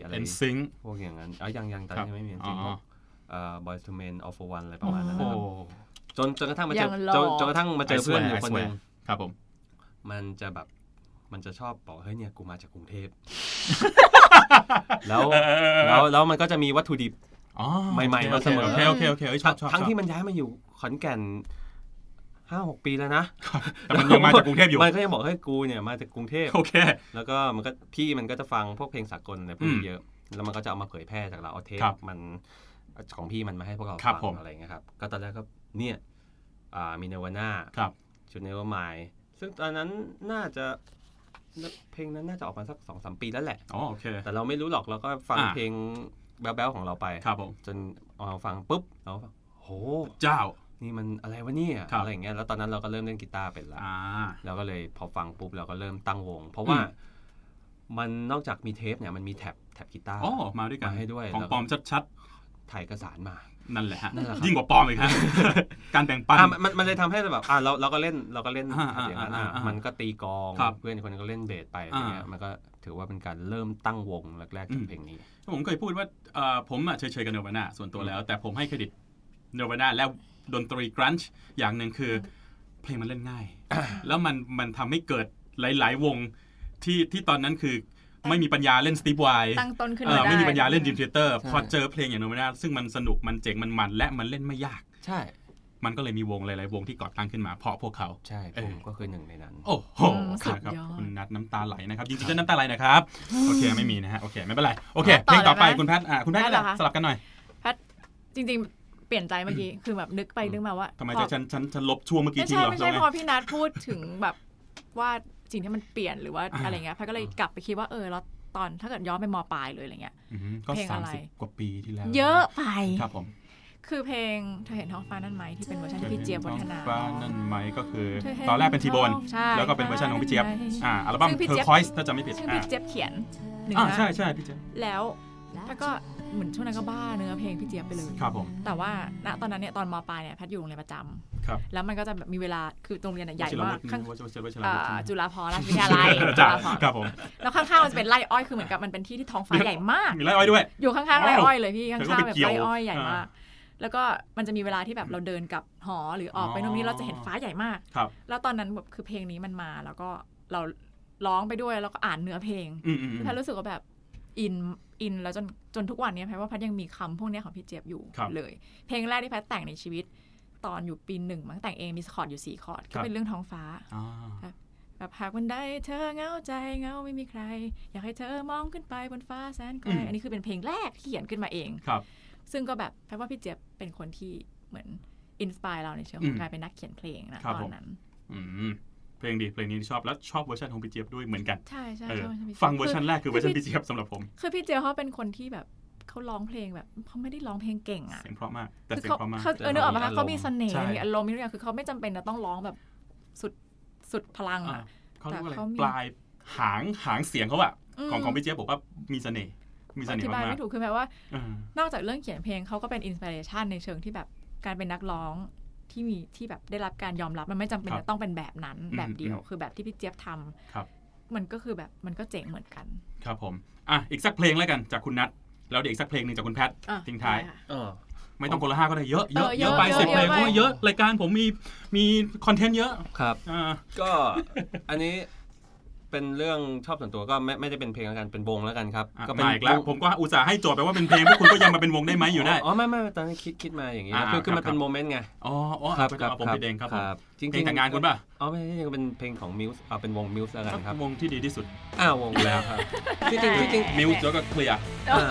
อะไร
เอ็นซิง
พวกอย่างนั้นเอ๋อยังยังตอน
ครับ
นี้ยังไม่มีจริง
อ๋อ
พวกเอ่อบอยส์ทูเมนออฟโฟวันอะไรประมาณนั้น
โอ้
นะ
โอ้
ครับจนจนกระทั่งมาเจอ
ยังหล่อ
จนจนกระทั่งมาเจ
I
อ
swear,
เพื่อนอยู่คนหนึง
I ครับผม
มันจะแบบมันจะชอบบอกเฮ้ยเนี่ยกูมาจากกรุงเท พ แล้ว
เออเออเออ
แล้วแล้วมันก็จะมีวัตถุดิบ
อ๋อ
ใหม่ๆมาเสมอ
โอเคโอเคโอเคเอ้ยชอบชอบ
ทั้ง
ช
ที่
อบ
มันย้ายมาอยู่ขอนแก่นห้าหกปีแล้วนะ
แต่มันยังมาจากกรุงเทพอยู่
มันก็ยังบอกเฮ้ยกูเนี่ยมาจากกรุงเทพ
โอเค
แล้วก็มันก็พี่มันก็จะฟังพวกเพลงสากลอะไรพวก
อื
นี้
ม
เยอะ แล้วมันก็จะเอามาเผยแพร่จากเราเอาเทป
ครับ
มันของพี่มันมาให้พวกเรา
ครั
ฟั
บผม
งอะไรเงี้ยครับ ก็ตอนแรกก็เนี่ยอ่ามินวาน่า
ครับ
ชุดเนวามายซึ่งตอนนั้นน่าจะเพลงนั้นน่าจะออกมาสักสองสามปีแล้วแหละ
อ๋อโอเค
แต่เราไม่รู้หรอกเราก็ฟัง
อ่า
เพลงแบ๊วๆของเราไป
ครับผม
จนเอาฟังปุ๊บเราก็โห
เจ้า
นี่มันอะไรวะเนี่ย
ครับ
อะไรอย่างเงี้ยแล้วตอนนั้นเราก็เริ่มเล่นกีตาร์เป็นละ
อ่า
เราก็เลยพอฟังปุ๊บเราก็เริ่มตั้งวง เพราะว่า
อืม
มันนอกจากมีเทปเนี่ยมันมีแท็บแท็บกีตาร์
อ๋อมาด้วยกัน
มาให้ด้วย
ของ
แล้วก็
ปลอมชัด
ถ่ายเอกสารมา
ๆนั่นแหละฮะ
นั่นแหละครับ
ยิ่งกว่าปลอมอีกฮะ การแบ่งปัน
อ่ะมันมันมันเลยทำให้แบบอ่ะเราเราก็เล่นเราก็เล่น
อ่า
แท็บอย่างนั้น
อ่า
อ่ะ
อ่า
มันก็ตีกลอง
ครับ
เพื่อนอีกคนก็เล่นเบสไปอะไรเงี้ย
อ่ามั
มันก็ถือว่าเป็นการเริ่มตั้งวงแรกๆ
อื
จาก
ม
เพลงนี้
ผมเคยพูดว่าเอ่อผมอะเฉยๆกับเนวาน่าส่วนตัวแล้ว แต่ผมให้เครดิตเนวาน่าและดนตรีกรันช์อย่างหนึ่งคือ เพลงมันเล่นง่าย แล้วมันมันทำให้เกิดหลาย ๆ วงที่ที่ตอนนั้นคือไม่มีปัญญาเล่นสตีฟไว
ตั้งต้นขึ้น
เอ
มา
อ
ได้
ไม่มีปัญญาเล่นดีมเทเตอร์
ใช่
พอเจอเพลงอย่างโนมินาซึ่งมันสนุกมันเจ๋งมันมัน และมันเล่นไม่ยาก
ใช่
มันก็เลยมีวงหลาย ๆ วงที่ก่อตั้งขึ้นมาเพราะพวกเขา
ใช่
เออ
ผมก็คือหนึ่งในนั้น
โอ้โห
อืม
ครั
สุด
ครับ
ยอด
คุณนัดน้ำตาไหลนะครับจริงๆก็น้ำตาไหลนะครับ โอเคไม่มีนะฮะโอเคไม่เป็นไรโอเคเพ
ต่อ
ลงต่อไป
เลยไหม
คุณแพทย์อ่ะคุณแพทย์ก็ได้
ได้เหรอคะ
สลับกันหน่อย
จริงๆ เปลี่ยนใจเมื่อกี้ คือแบบนึกไปนึกมาว่า
ทำไม
พอ
จะฉันฉันฉันลบช่วงเมื่อกี้
ไม่
ทิ้ง
ใช่
เหรอ
ไม่ใช่
หรือ
พอ
ไง
พี่นัทพูดถึงแบบว่าสิ่งที่มันเปลี่ยนหรือว่า
อ่า
อะไรเงี้ยแพทก็เลยกลับไปคิดว่าเออแล้วตอนถ้าเกิดย้อนไปมปลายเลยอะไรเงี้ย
อืมก็
เพลง
สา
อะ
ม
ไร
สิบกว่าปีที่แล้ว
เยอะไป
ครับผม
คือเพลงเธอเห็นท้องฟ้านั่นไหมที่เป็นเวอร์ชันที่พี่เจี๊ยบวัฒนา
ฟ้านั่นไหมก็คือ
เธเห็
ตอนแรกเป็นทีโบน
ใช่
แล้วก็เป็นเวอร์ชันของพี่เจี๊ยบ
ใช่
อ่าอัลบั้ม
ซึ่งพี่
เธ
เจี๊
อย
บ
คอยส์ถ้าจำไม่ผิด
ซึ่ง
อ่า
พี่เจี๊ยบเขียนหนึ่ง
อ่า
นะ
ใช่ใช่พี่เจี๊ยบ
แล้วแล้วก็เหมือนช่วงนั้นก็บ้าเนื้อเพลงพี่เจี๊ยบไปเลย
ครับผม
แต่ว่าณตอนนั้นเนี่ยตอนมปลายเนี่ยแพทย์อยู่โรงเรียนประจำ
ครับ
แล้วมันก็จะแบบมีเวลาคือโรงเรียนอะใหญ่
วชิร
มา
วุ
ก
ฒิ
ข้าง
วชิรวุฒิวชิรวุ
เอ่
ฒิ
อ
ใช่ไหม
จุฬาภรณราชวิทยาลัยจุ
จ้า
ฬาภรณ์
ครับผม
แล้วข้างๆมันจะเป็นไร่อ้อยคือเหมือนกับมันเป็นที่ที่ท้องฟ้าใหญ่มาก
มีไรอ้อยด้วย
อยู่ข้างๆไร่อ้อยเลยพี่ข้างๆแบบ
เดี๋ยวก็ไปเกี่ยว
ไร่อ้อยใหญ่
อ่าม
าก แล้วก็มันจะมีเวลาที่แบบเราเดินกลับหอหรือออกไป
อ๋อ
นู่นนี่เราจะเห็นฟ้าใหญ่มาก
ครับ
แล้วตอนนั้นแบบคือเพลงนี้มันมาแล้วก็เราร้องไปด้วยแล้วก็อ่านเนื้อเพลง
อืมอืมอืม
แพทย์รู้สึกว่าแบบอินอินแล้วจนจนทุกวันเนี้ยแพทย์ว่าแพทย์ยังมีคำพวกเนี้ยของพี่เจี๊ยบอยู่
ครับ
เลย เพลงแรกที่แพทย์แต่งในชีวิต ตอนอยู่ปีหนึ่งมั้งแต่งเองมีคอร์ดอยู่สี่คอร์ดก็เป็นเรื่องท้องฟ้า
อ่า
แบบหากวันใดเธอเหงาใจเหงาไม่มีใคร อยากให้เธอมองขึ้นไปบนฟ้าแสนไกลอันนี้คือเป็นเพลงแรกที่เขียนขึ้นมาเอง
ครับ
ซึ่งก็แบบแปลว่าพี่เจี๊ยบเป็นคนที่เหมือนอินสปายเราในเชิงข
อื
อ
ม
งการเป็นนักเขียนเพลงนะครับ ตอ
ผ
น
ม
นั้น
อืมเพลงดีเพลงนี้ชอบแล้วชอบเวอร์ชันของพี่เจี๊ยบด้วยเหมือนกัน
ใช่ใช่
เออ
ใช่ใช่พี่จี๊ยบ
ฟังเวอร์ชัน
คื
แรกคือเวอร์ชันพี่เจี๊ยบสำหรับผม
คือพี่เจี๊ยบเขาเป็นคนที่แบบเขาร้องเพลงแบบเขาไม่ได้ร้องเพลงเก่งอ่ะ
เสียงเพราะมาก แต่
คือ
เสียงเพราะมาก
เขาเขาเออนึกออกไหมคะ
แต่
เขา
เขามี
มีเส
อารมณ์
น่ห์
ใช่
มีอารมณ์มีทุกอย่างคือเขาไม่จำเป็นจะต้องร้องแบบ สุดสุดพลัง
อ่า
อะ
เขาเรียกว่าอะไร
แต่เขามี
ปลายหางหางเสียงเขาอะของของพี่เจี๊ยบบอกว่ามีเสน่ห์มีเส
อ
น่ห์
ธิบาย
มาก
ไม่ถูกคือแปลว่า
ๆอ่าน
อกจากเรื่องเขียนเพลงเขาก็เป็นอินสปิเรชันในเชิงที่แบบการเป็นนักร้องที่มีที่แบบได้รับการยอมรับมันไม่จำเป็นจะต้องเป็นแบบนั้นแบบเดียวคือแบบที่พี่เจี๊ยบทำ
ครับ
มันก็คือแบบมันก็เจ๋งเหมือนกัน
ครับผมอ่ะอีกสักเพลงแล้วกันจากคุณนัทแล้วเดี๋ยวอีกสักเพลงหนึ่งจากคุณแพท
อ่ะ
ทิ้งท้าย
ได้ค่ะ
เออ
ไม่ต้องคนละห้าก็ได้เยอะเยอะ
เออ
เยอะไป
เยอะ
สิบเพลง
เยอะ
เพ
ไป
ราะว่าเยอะรายการผมมีมีคอนเทนต์เยอะ
ครับ
อ่า
ก็ อันนี้เป็นเรื่องชอบส่วนตัวก็ไม่ไม่ได้เป็นเพลงแล้วกันเป็นวงแล้วกันครับ
อ่ะ
เป็น
มาอีกแล้ว
วง
ผมก็อุตส่าห์ให้โจทย์ไปว่าเป็นเพ ลงพวกคุณก็ยังมาเป็นวงได้ไหมอยู่ได้
อ๋อไม่ไม่ตอนนี้คิดคิดมาอย่างนี้นะ
อ่า
คือคือ
ครับ
มัน
ค
เป็
รั
น
บ
โมเมนต์ไง
อ๋ออ๋อ
ครับ
เป็น
ครับ
ผมเป็นเองครับผม
จริง
เพลงแต่งงานคุณป่ะ
อ๋อไม่ใช่เป็นเพลงของมิวส์เอาเป็นวงมิวส์แล้วกันครับ
วงที่ดีที่สุด
อ้าววงแล้วครับที่จริงที่จริง
มิวส์แล้วก็เคลียร์
อ่า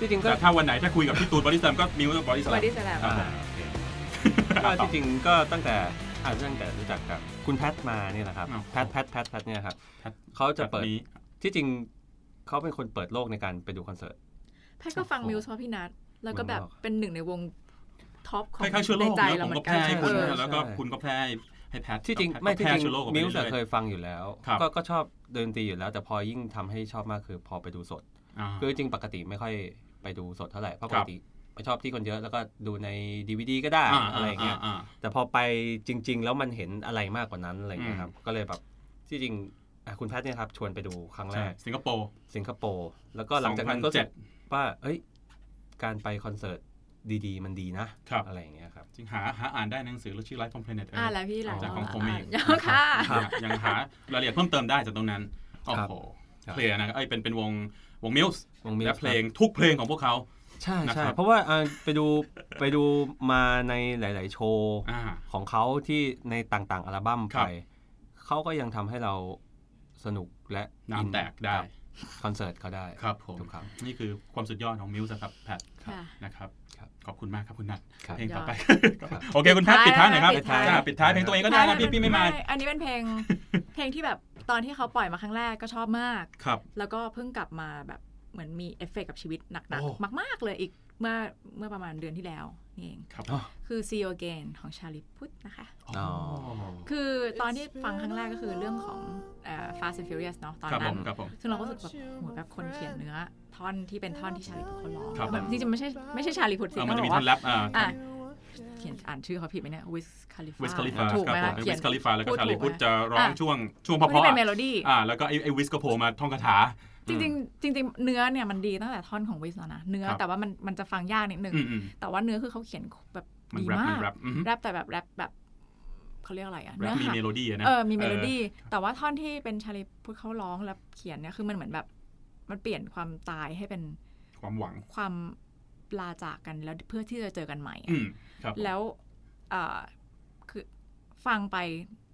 ที่จริงก็
แต่ถ้าวันไหนถ้าคุยกับพี่ตูนบอดี้สแลมก็มิวส์บอดี้ส
ส
แล
วัส
ม
ดีสแลม
อ่า
ค่ะ
ก็จริงๆก็ตั้งแต่อาจจะตั้งแต่รู้จักกับคุณแพทมาเนี่ยแหละครับ
อ้าว
แพทแพทแพทแพทเนี่ยครับ
แพท
เขาจะเปิด
นี้
ที่จริงเขาเป็นคนเปิดโลกในการไปดูคอนเสิร์ต
แพทย์ก็ฟัง
โอ้โห
มิวส์เพราะพี่นัทแล้วก็
เหมื
แบ
อน
บ
บอก
เป็นหนึ่งในวงท็อปของ
คล้ายๆเชื้อโร
ใน
ค
ใจ
แล้ว
เรา
ผม
เหมื
ก็
อน
แพ
กั
ร่
น
ให้คุณ
เอ
ใช่
อ
แล้วก็
ใช่
คุณก็แพร่ให้แพท
ที่จริง
ก็
ไม่ที่
แพร่
จริง
เชื้อโรคออกไป
มิวส์
เรื่อย
เคยฟังอยู่แล้ว
ครับ
ก็ก็ชอบดนตรีอยู่แล้ว แต่พอยิ่งทำให้ชอบมากคือพอไปดูสด
ๆอ่า
คือจริงปกติไม่ค่อยไปดูสดเท่าไหร่เพราะ
ค
ป
รั
ก
บ
ติไม่ชอบที่คนเยอะแล้วก็ดูใน DVD ก็ได้อะไรอย่างเงี้ย
อ่า
แต่พอไปจริง ๆ แล้วมันเห็นอะไรมากกว่านั้นอะไรอย่างเงี้ยครับก็เลยแบบที่จริงอ่ะคุณแพทย์เนี่ยครับชวนไปดูครั้ง
ๆ
แร
ใช่
ก
สิงคโปร์
สิงคโปร์แล้วก็หลังจากนั้นก็รู้สึกว่า เอ้ย การไปคอนเสิร์ตดีๆ มันดีนะครับ อะไรอย่างเงี้ยครับ
จริงหาหาอ่านได้หนังสือแล้วชื่อไลฟ์คอมเพลเน็ต
อ่าแล้วพี่หลัง
จาก
เรา
ของผมเอง
ยังค่ะ
ครับ
ยังหารายละเอียดเพิ่มเติมได้จากตรงนั้นโอ้
ครับ
โห
ครับ
เคลียร์นะครับเอ้ยเป็นเป็นวงวงมิวส์
วงมิว
และ
ส์
เพลงทุกเพลงของพวกเขา
ใช่
นะครั
ใช่
บ
เพราะว่าอ่าไปดูไปดูมาในหลาย ๆ โชว์
อ่า
ของเขาที่ในต่างๆ อัลบั้ม
ครั
ไป
บ
เขาก็ยังทำให้เราสนุกและ
น้ำแตกได้
กับคอนเสิร์ตเขาได้
ครับผม
ทุกครั้ง
นี่คือความสุดยอดของมิวส์ครับแพท
ค่ะ
นะครับ
ครับ
ขอบคุณมากครับคุณนัท
ครับ
เพลงต่อไป
ครับ
โอเคคุณแพทปิดท้ายหน่อยครับ
ปิดท้าย
จ้ปิดท้ายเพลงตัวเองก็ได้นะพี่พี่ไม่มา
อันนี้เป็นเพลง เพลงที่แบบตอนที่เขาปล่อยมาครั้งแรกก็ชอบมาก
ครับ
แล้วก็เพิ่งกลับมาแบบเหมือนมีเอฟเฟกต์กับชีวิตหนัก
โอ้
ๆ มาก ๆ เลยอีกเมื่อเมื่อประมาณเดือนที่แล้วนี่เอง
ครับ
อ๋อ
คือ See You Again ของชาลิพุทธนะคะ
อ๋อ
คือตอนที่ฟังครั้งแรกก็คือเรื่องของเอ่อ Fast and Furious เนาะตอน
ครับผ
นั้
ม
น
ครับผม
ซึ่งเราก็รู้สึกแบบเหมือนแบบคนเขียนเนื้อ ท่อนที่เป็นท่อนที่ชาลีพุทธเขาร้อง
ครับ
แล้วแบบ
ผม
จริงๆไม่ใช่ไม่ใช่ชาลีพุทธสิ
เออมัน
ต้
จะ
อง
มี
บอก
ท่อน
ว่า
แรปอ่า
อ่ะเขียนอ่านชื่อเขาผิดไหมเนี่ยวิสคาลิฟา
วิสคาลิฟา
ถูกไหม
ครับ
คะ
ผม
เขี
วิ
ยน
สคาลิฟาแล้วก็
พูด
ชาลี
ถูก
พุทธ
ไหม
จะร้อง
อ่ะ
ช่วงช่วง
มัน
เพราะ
ไม่ได้เป็นเมโลดี้
ๆอ่าแล้วก็ไอ้ไอ้วิสก็โผล่มาท่องคาถา
จริงๆจริง ๆ เนื้อเนี่ยมันดีตั้งแต่ท่อนของวิสแล้วนะเนื้อ
ครับ
แต่ว่ามันมันจะฟังยากนิดนึง
อืมอืม
แต่ว่าเนื้อคือเขาเขียนแบบ
มัน
ดี
แรป
มา
มั
ก
นแรปอืม
แรปแต่แบบแรปแบบเขาเรียกอะไรอะ
แร
เนื้
ป
อ
มี
หา
เมโลดี้อะนะ
เออมีเมโลดี้แต่ว่าท่อนที่เป็นชาลีพุทธเขาร้องแล้วเขียนเนี่ยคือมันเหมือนแบบมันเปลี่ยนความตายให้เป็น
อความหวัง
ความลาจากกันแล้วเพื่อที่จะเจอกันใหม่อะ
อืมครับผม
แล้วเอ่อคือฟังไป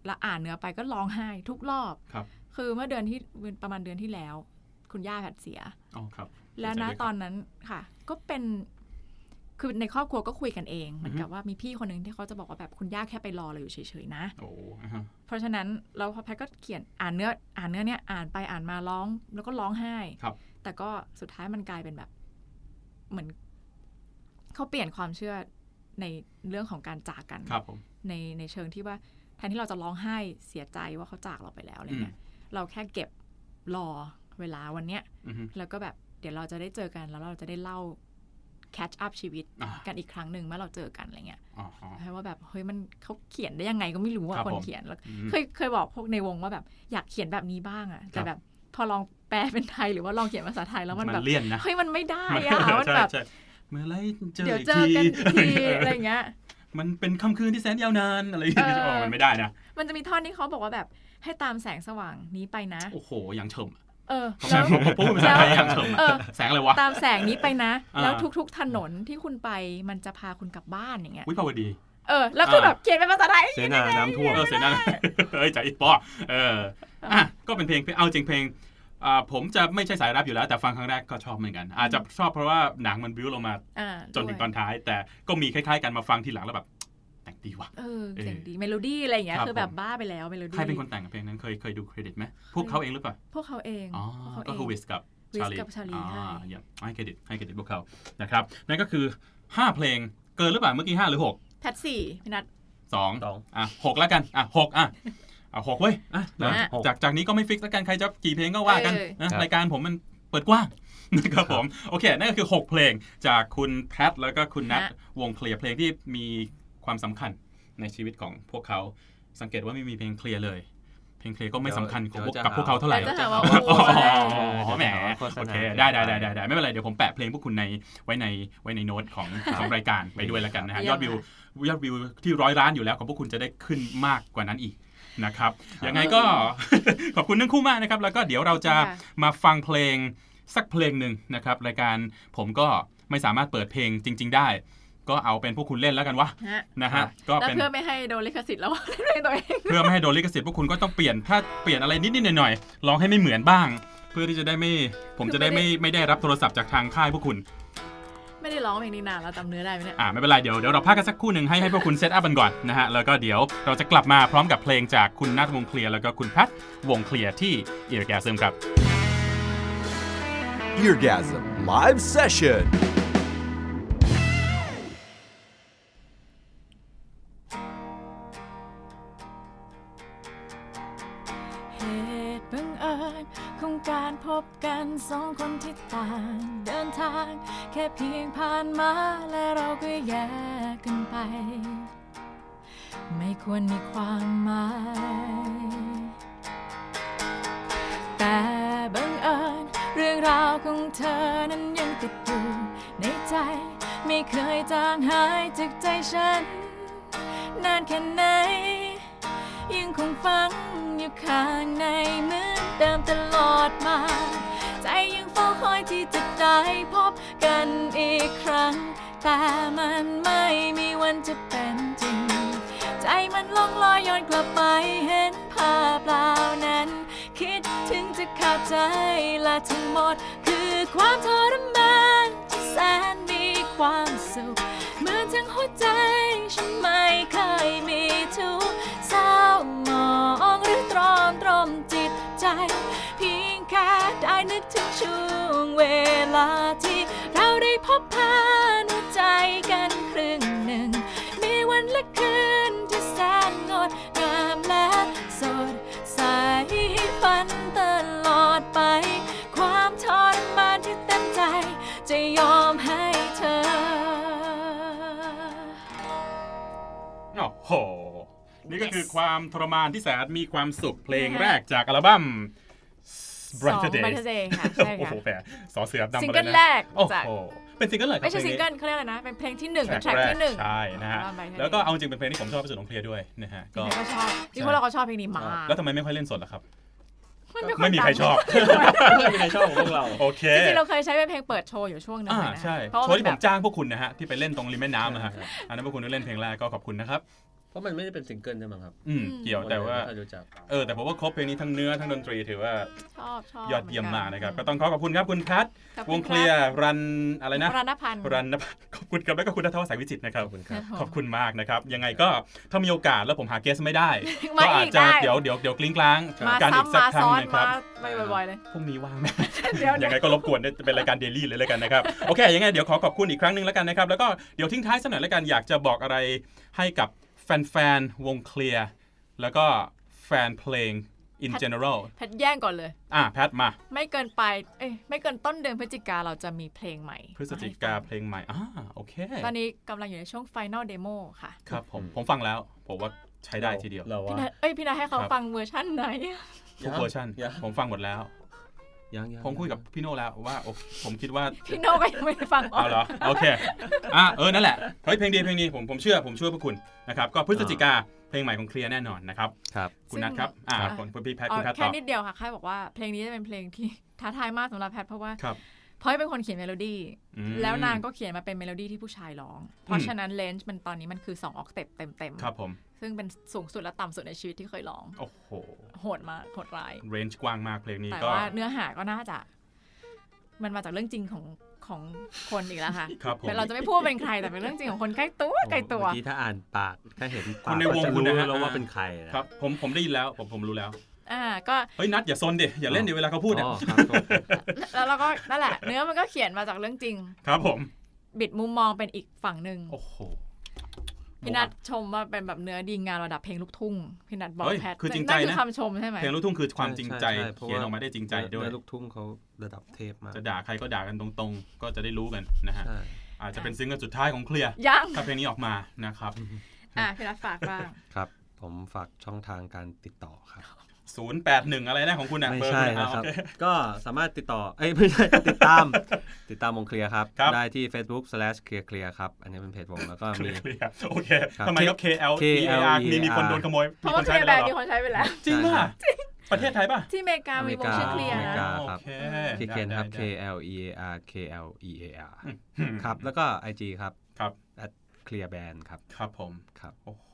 และอ่านเนื้อไปก็ร้องไห้ทุกรอบ
ครับ
คือเมื่อเดือนที่ประมาณเดือนที่แล้ว คุณย่าแพทย์เสีย
อ๋อครับ
แล้วนะ
เสียใจด้วยครับ
ตอนนั้นค่ะ ก็เป็นคือในครอบครัวก็คุยกันเองเหมือน
อือฮึ
กับว่ามีพี่คนหนึ่งที่เขาจะบอกว่าแบบคุณย่าแค่ไปรอเราอยู่เฉยๆนะ
โอ้อ่าฮะ
เพราะฉะนั้นเราพอแพทย์ก็เขียนอ่านเนื้ออ่านเนื้อเนี่ยอ่านไปอ่านมาร้องแล้วก็ร้องไห้
ครับ
แต่ก็สุดท้ายมันกลายเป็นแบบ เหมือนเขาเปลี่ยนความเชื่อในเรื่องของการจากกัน
ครับผม
ในในเชิงที่ว่าแทนที่เราจะร้องไห้เสียใจว่าเขาจากเราไปแล้วอะไรเงี้ยเราแค่เก็บรอเวลาวันเนี้ย
อือฮึ
แล้วก็แบบเดี๋ยวเราจะได้เจอกันแล้วเราจะได้เล่า catch up ชีวิต
อ่า
กันอีกครั้งหนึ่งเมื่อเราเจอกันอะไรเงี้ย
อ๋ออ๋อ
เพราะว่าแบบเฮ้ยมันเขาเขียนได้ยังไงก็ไม่รู้อะ
ครับ
คน
ผม
เขียนแล้ว
อืม
เคยเคยบอกพวกในวงว่าแบบอยากเขียนแบบนี้บ้างอะ
ครั
แต่
บ
แบบพอลองแปลเป็นไทยหรือว่าลองเขียนภาษาไทยแล้วมันแบบ
เลี่ยนนะ
เฮ้ยมันไม่ได้อะ มัน
ใช่
แบบ
ใช่เมื่อไรเจอ
เดี๋ยว
อีก
เจอกันอีก ทีอะไร
ที
อย่างเงี้ย
มันเป็นค่ำคืนที่แสนยาวนานอะไรอย่างเงี้ย
เออ
โอ้มันไม่ได้นะ
มันจะมีท่อนที่เขาบอกว่าแบบให้ตามแสงสว่างนี้ไปนะ
โอ้โห อย่างเฉิม
เออ
ผม
แล้ว
ผมพูดภาษาไทย
แล้ว
อย่างเฉิม
เออ
แสง อะไรวะ
ตามแสงนี้ไปนะ
อ่า
แล้วทุกๆถนนที่คุณไปมันจะพาคุณกลับบ้านอย่างเงี้ย
วิภาวดี
เออแล้วคืออา แบบเขียนเป็นภาษาไทย
เสนาน้ำท่วม
เออเสียหนาเฮ้ยใจอีกปอเอออ่ะก็เป็นเพลงเอาจริงเพลงอ่าผมจะไม่ใช่สายแรับอยู่แล้ว แต่ฟังครั้งแรกก็ชอบเหมือนกัน อาจจะชอบเพราะว่าหนังมันบิ้วลงมา
อ่า
จนถึงตอ
ด้วย
นท้าย แต่ก็มีคล้ายๆกันมาฟังทีหลังแล้วแบบ แต่งดีว่ะ
เออเจ๋งดีเมโลดี้อะไรอย่างเงี้ย
ครับ
คือแบบ
ผม
บ้าไปแล้วเมโลดี้
ใครเป็นคนแต่งเพลงนั้นเคยเคยดูเครดิตไหมพวกเขาเองหรือเปล่า
พวกเขาเอง
อ๋อ
พวกเขาเอ
ก็
ง
คือวิสกับ
วิส
ชาลี
กับชาลี
อ่า
ใช่
เยี่ยมให้เครดิตให้เครดิตพวกเขา นะครับ นั่นก็คือ 5 เพลง เกินหรือเปล่าเมื่อกี้ 5 หรือ 6
แพทสี่พี่นัท
สอง
สอง
อ่ะหกแล้วกันอ่ะหกอ่ะเอาหกเว้ยอ่ะ
นะ
นะ
หก
จากจากนี้ก็ไม่ฟิกแล้วกัน ใครจะกี่เพลงก็ว่ากัน
เออ
นะครับ รายการผมมันเปิดกว้าง นะครับผม โอเค นั่นก็คือ 6 เพลงจากคุณแพทแล้วก็คุณนัท
ฮะ
วงเคลียร์เพลงที่มีความสำคัญในชีวิตของพวกเขา สังเกตว่าไม่มีเพลงเคลียร์เลย เพลงเคลียร์ก็ไม่สำคัญของพวก
เดี๋ยวจะ
กับพวกเขาเท่าไหร่
เดี๋ยวจะหาว่า
อ๋อ
โอ้ย
อ๋อแหม
โฆษณา
โอเคได้ได้ได้ได้ได้ไม่เป็นไรเดี๋ยวผมแปะเพลงพวกคุณในไว้ในไว้ในโน้ตของของรายการไปด้วยแล้วกันนะฮะย
เยี่ย
อ
ม
ดวิว
ค่ะ
ยอดวิวที่ร้อยล้านอยู่แล้วของพวกคุณจะได้ขึ้นมากกว่านั้นอีกนะครับ
ครับ
ยังไงก็ ขอบคุณทั้งคู่มากนะครับ แล้วก็เดี๋ยวเราจะ
ค่ะ
มาฟังเพลงสักเพลงหนึ่งนะครับรายการผมก็ไม่สามารถเปิดเพลงจริง ๆ ได้ ก็เอาเป็นพวกคุณเล่นแล้วกันวะ
ฮะ
นะฮะก็
แล้ว
เป็น
เพื่อไม่ให้โดนลิขสิทธิ์แล้ว เล่นตัวเอง
เพื่อไม่ให้โดนลิขสิทธิ์พวกคุณก็ต้องเปลี่ยนถ้าเปลี่ยนอะไรนิดๆหน่อยๆลองให้ไม่เหมือนบ้าง เพื่อที่จะได้ไม่ผมจะได้ไม่ไม่ได้รับโทรศัพท์จากทางค่ายพวกคุณ
ไม่ได้ร้องเพลงนี้นานแล้วจำเนื้อได้ไหมเนี่ย
อ่าไม่เป็นไรเดี๋ยวเดี๋ยวเราพักกันสักครู่หนึ่งให้ให้พวกคุณเซตอัพกันก่อนนะฮะ แล้วก็เดี๋ยวเราจะกลับมาพร้อมกับเพลงจากคุณนัทวงเคลียร์แล้วก็คุณแพทวงเคลียร์ที่เอียร์แกซึมครับ
Eargasm Live Session.
เหตุบังเอิญของการพบกันสองคนที่ต่างเดินทาง แค่เพียงผ่านมาและเราก็แยกกันไป ไม่ควรมีความหมาย แต่บังเอิญเรื่องราวของเธอนั้นยังติดอยู่ในใจ ไม่เคยจางหายจากใจฉัน นานแค่ไหน ยังคงฝังอยู่ข้างในเหมือนเดิมตลอดมา ใจยังเฝ้าคอยที่จะได้พบกันอีกครั้ง แต่มันไม่มีวันจะเป็นจริง ใจมันล่องลอยย้อนกลับไปเห็นภาพเปล่านั้น คิดถึงจะขาดใจและทั้งหมด คือความทรมานที่แสนมีความสุข เหมือนทั้งหัวใจ ฉันไม่เคยมีทุกข์เศร้ามองหรือตรอมตรอมจิตใจ เพียงแค่ได้นึกถึงช่วงเวลาที่ เราได้พบพานหัวใจกันครึ่งหนึ่ง มีวันและคืนที่แสนงดงามและสดใสฝันตลอดไป ความทรมานที่เต็มใจ จะยอมให้เธอ
โอ้โหนี่ก็คือความทรมานที่แสนมีความสุขเพลงแรกจากอัลบั้ม
ส
Brighter
อง
Days
Brighter Days ค่ะใช่ค่ะ
โอ้โหแหมสอเสือดำมา
ซิง
เลยนะ
เกิลแรก
โอ้
จาก
โหเป็นซิงเกิลเหรอครับ
ไม่ใช่
เพล
ซิง
นี้
เกิลเขาเรียกอะไรนะ เป็นเพลลงที่หนึ่ง
แท
เป็
ร็
น
ก
แทร็ก
แรก
ที่หนึ่ง
ใช่นะฮะ
อัลบั้ม Brighter
แล้วก็เอาจริงเป็นเพลงที่ผมชอบที่สุดของเคลียร์ด้วยนะฮะก็
ใครก็ชอบจริงๆพวกเราก็ชอบเพลงนี้มาก
แล้วทำไมไม่ค่อยเล่นสดล่ะครับ
น
ไม่มีใครชอบ
ไม่มีใครชอบของพวกเรา
โอเค
จริงๆเราเคยใช้เป็นเพลงเปิดโชว์อยู่ช่วงหนึง
อ่า
เลยนะ
ใช่
เพราะว่า
โชว์
มัน
ที่ผ
แบ
ม
บ
จ้างพวกคุณนะฮะที่ไปเล่นตรงริมแม่น้ำนะฮะอันนั้นพวกคุณได้เล่นเพลงแรกก็ขอบคุณนะครับ
เพราะมันไม่ได้เป็นซิงเกิลใช่ไหมงครับ
อืม
อืม
เกี่ยวแต่ว่า
คนไม่ค่อยรู้จัก
เออแต่ผมว่าครบเพลงนี้ทั้งเนื้อทั้งดนตรีถือว่า
ชอบชอบ
ยอดเยี่ยมมากนะครับ
เห
ก็
อ
ต้องขอขอบคุณครับคุณคัท
ขอบ
ว
ณ
งเคลียร์รันอะไร
ค
นะ
บรันพันธ์
รันนภัทรขอบคุณครับแล้วก็คุณทัทวัฒน์สายวิจิตรนะครับ
ขอบคุณครับ
ขอบคุณมากนะครับ ยังไงก็ถ้ามีโอกาสแล้วผมหาเกสไม่ได้
มา
ก็
อีก
อาจจะ
ได้
เดี๋ยวเดี๋ยวเดี๋ยวกลิ้งกลาง
มา
กันอีกสักค
ซ้ำมา
รั้
ซ้
ง
อน
นะครั
มา
บ
ไปบ่อยๆเลย
พรุ่งนี้ว่างไหม
เดี๋ยวๆ
ยังไงก็รบกวนด้วยเป็นรายการเดลี่เลยแล้วกันนะครับ โอเคยังไงเดี๋ยวขอขอบคุณอีกครั้งหนึ่งแล้วกันนะครับ แล้วก็เดี๋ยวทิ้งท้ายสักหน่อยแล้วกันอยากจะบอกอะไรให้กับแฟนๆวงเคลียร์แล้วก็แฟนเพลง in general
แพทแย่งก่อนเลย
อ่ะแพทมา
ไม่เกินไปเอ้ยไม่เกินต้นเดือนพฤศจิกาเราจะมีเพลงใหม่
พฤศจิกาเพลงใหม่อ่าโอเค
ตอนนี้กำลังอยู่ในช่วง Final Demo ค่ะ
ครับผมผมฟังแล้ว ผมว่าใช้ได้ทีเดียว
เรา
พี่
ว่า
นาเอ้ยพี่นาให้เขา
ครับ
ฟังเวอร์ชั่นไหน
ทุกเวอร์ชัน
ยัง
ผมฟังหมดแล้ว
ยังๆ
ผมคุยกับพี่โน่แล้วว่าโอ้ผมคิดว่า
พี่โน่ก็ยังไม่ได้ฟัง
เอาเหรอโอเคอ่ะเออนั่นแหละเฮ้ยเพลงดีเพลงดีผมผมเชื่อผมเชื่อพวกคุณนะครับก็พฤศจิกาเพลงใหม่ของเคลียร์แน่นอนนะครับ
ครับ
คุณนัทครับ อ่าคนคุณพี่แพทย์
เอา
คุณแพทย์ต
แค่
อบ
นิดเดียวค่ะแค่บอกว่าเพลงนี้จะเป็นเพลงที่ท้าทายมากสำหรับแพทเพราะว่า
ครับ
พอยเป็นคนเขียนเมโลดี้
อืม
แล้วนางก็เขียนมาเป็นเมโลดี้ที่ผู้ชายร้อง เพราะ
อืม
ฉะนั้นเลนจ์มันตอนนี้มันคือ 2 ออกเต็ปเต็ม
ครับผม
ๆซึ่งเป็นสูงสุดและต่ำสุดในชีวิตที่เคยร้อง
โอ้โห
โหดมากโหดร้าย
เรนจ์กว้างมากเพลงนี้
แต่
ก็
ว่าเนื้อหาก็น่าจะ มันมาจากเรื่องจริงของของคนอีกแล้วค่ะ
ครับผม
แต่เราจะไม่พูดว่าเป็นใครแต่เป็นเรื่องจริงของคนใกล้ตัวใกล้ตัว
เมื่อกี้ถ้าอ่านปากถ้าเห็นปา
คุณ
ก
ในวง
ก็จะ
คุณนะ
รู้
ฮะ
แล้วว่าเป็นใครนะครับ
ผมผมได้ยินแล้วผมผมรู้แล้ว
อ่าก็
เฮ้ยนัทอย่าซนดิอย่าเล่นดิเวลาเขาพูดเนี่ย
อ๋อครับ
แล้วเราก็นั่นแหละ เนื้อมันก็เขียนมาจากเรื่องจริง
ครับผม
บิดมุมมองเป็นอีกฝั่งหนึ่ง
โอ้โห
พี่นัทชมว่าเป็นแบบเนื้อดีงามระดับเพลงลูกทุ่งพี่นัทบอก
เฮ้ย
แพท
คือจริงใจ
นั่นคื
นะ
อคำชมใช่ไหม
เพลงลูกทุ่งคือความจริงใจ
ช่ช่พราะ
เขียนออกมาได้จริงใจด้วย
เนื้อลูกทุ่งเขาระดับเทพมาก
จะด่าใครก็ด่ากันตรงๆ ก็จะได้รู้กันนะฮะ
ใช่
อาจจะเป็นซิงเกิลสุดท้ายของเคลียร์
ยัง
ถ้าเพลงนี้ออกมานะครับ
อ่ะพี่นัทฝากบ้าง
ครับ ผมฝากช่องทางการติดต่อครับ
081 อะไรนะของคุณนะ
ไม่
เบอ
ใช่
ณอ่
นะครับ
โอเ
ก็สามารถติดต่อ เอ้ย ไม่ใช่ ติดตาม ติดตามวงเคลียร์ครับ
ครับ
ได้ที่ facebook slash เคลียร์เคลียร์ครับ อันนี้เป็นเพจวงแล้วก็
เคลีย
มี
ร์เคลียร์โอเค
ครับ
ทำไมครับ KL
K L E
EAR
A R
มีมีคนโดนขโมย
เพ
มี
ราะ
ค
ว่าน เค
ใช้
ลีย
ไป
ร์แบร
แล้วเหรอ
นด์มีคนใช้ไปแล้ว
จริงป่ะประเทศไทยป่ะ
ที่อเมริกามีวงชื่อเคลียร์
อเมริ
นะ
กา ค
โอบ เค
ที่เคนครับ K
ได้
L E A R K L E A R
ได้
ครับ แล้วก็ IG ครับ
ครับ
เคลียร์แบนครับ
ครับผม
ครับ
โอ้โห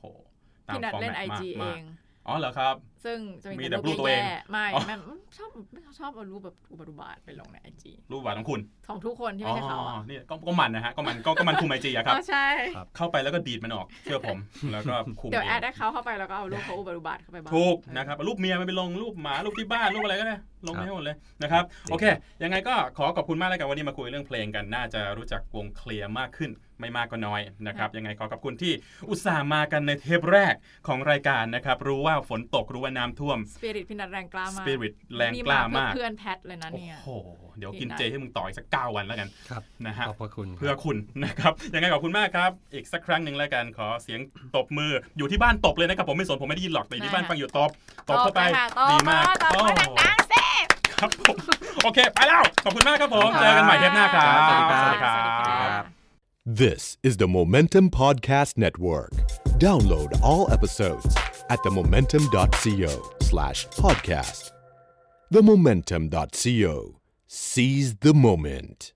พี่นัทเล่น
ฟอร์แม
IG
ต
เอ
มาก
ง
ๆอ๋อเหรอครับ
ซึ่งจะ
มี
มี
แต่
แต่รูป
รูปตัวเอง
แย่ๆไม่
อ๋อ
แม่ชอบชอบเอารูปแบบอุบัติบาทไปลงในไอจี
รูปหวานของคุณ
ของทุกคนที่
อ๋อ
ไม่ใช่เขาอะ
นี่ก็ก็มันนะฮะก็มันก็ก็มันคุมไอจีอะครับ
อ๋อใช่
ครับ
เข้าไปแล้วก็ดีดมันออกเชื่อผม แล้วก็คุม
เดี๋ยว
เอ
แอด
ง
ให้เขาเข้าไปแล้วก็เอารูปเขาอุบัติบาทเข้าไปบ้าง
ถูกนะครับเอารูปเมียมันไปลงรูปหมารูปที่บ้านรูปอะไรก็ได้ลง
ครับ
ให้หมดเลยนะครับ
จริง
โอเค ยังไงก็ขอขอบคุณมากแล้วกันวันนี้มาคุยเรื่องเพลงกันน่าจะรู้จักวงเคลียร์มากขึ้น ไม่มากก็น้อยนะครับยังไงขอขอบคุณที่อุตส่าห์มากันในเทปแรกของรายการนะครับรู้ว่าฝนตกรู้ว่าน้ำท่วม
สปิริตพี่นัทแรงกล้า
ส
มาก
ปิริตแรงกล้ามาก
เพื่อนแพทเลยนะ
โอ้
เนี่ย
โห เดี๋ยว
อีก
กิน
นะ
เจให้มึงต่ออีกสักเก้าวันแล้วกัน
ครับ
นะฮะ
ขอบพระคุณครับ
เพื่อคุณนะครับ ยังไงขอบคุณมากครับ อีกสักครั้งหนึ่งแล้วกันขอเสียงตบมืออยู่ที่บ้านตบเลยนะครับ ผมไม่สนผมไม่ได้ยินหรอกแต่อยู่ที่บ้านฟังอยู่ตบตบเข้าไป
ค่ะตบ
ดีมาก
ตบ
โอ้
เข้าไปดังๆสิ
ครับผมโอเค ไปแล้ว ขอบคุณมากครับผม
ขอบคุณ
เจอกันใหม่เทปหน้าครับ
ครับสวัสดีครับ
ครับ
This is the Momentum Podcast Network. Download all episodes at themomentum.co slash podcast. Themomentum.co. Seize the moment.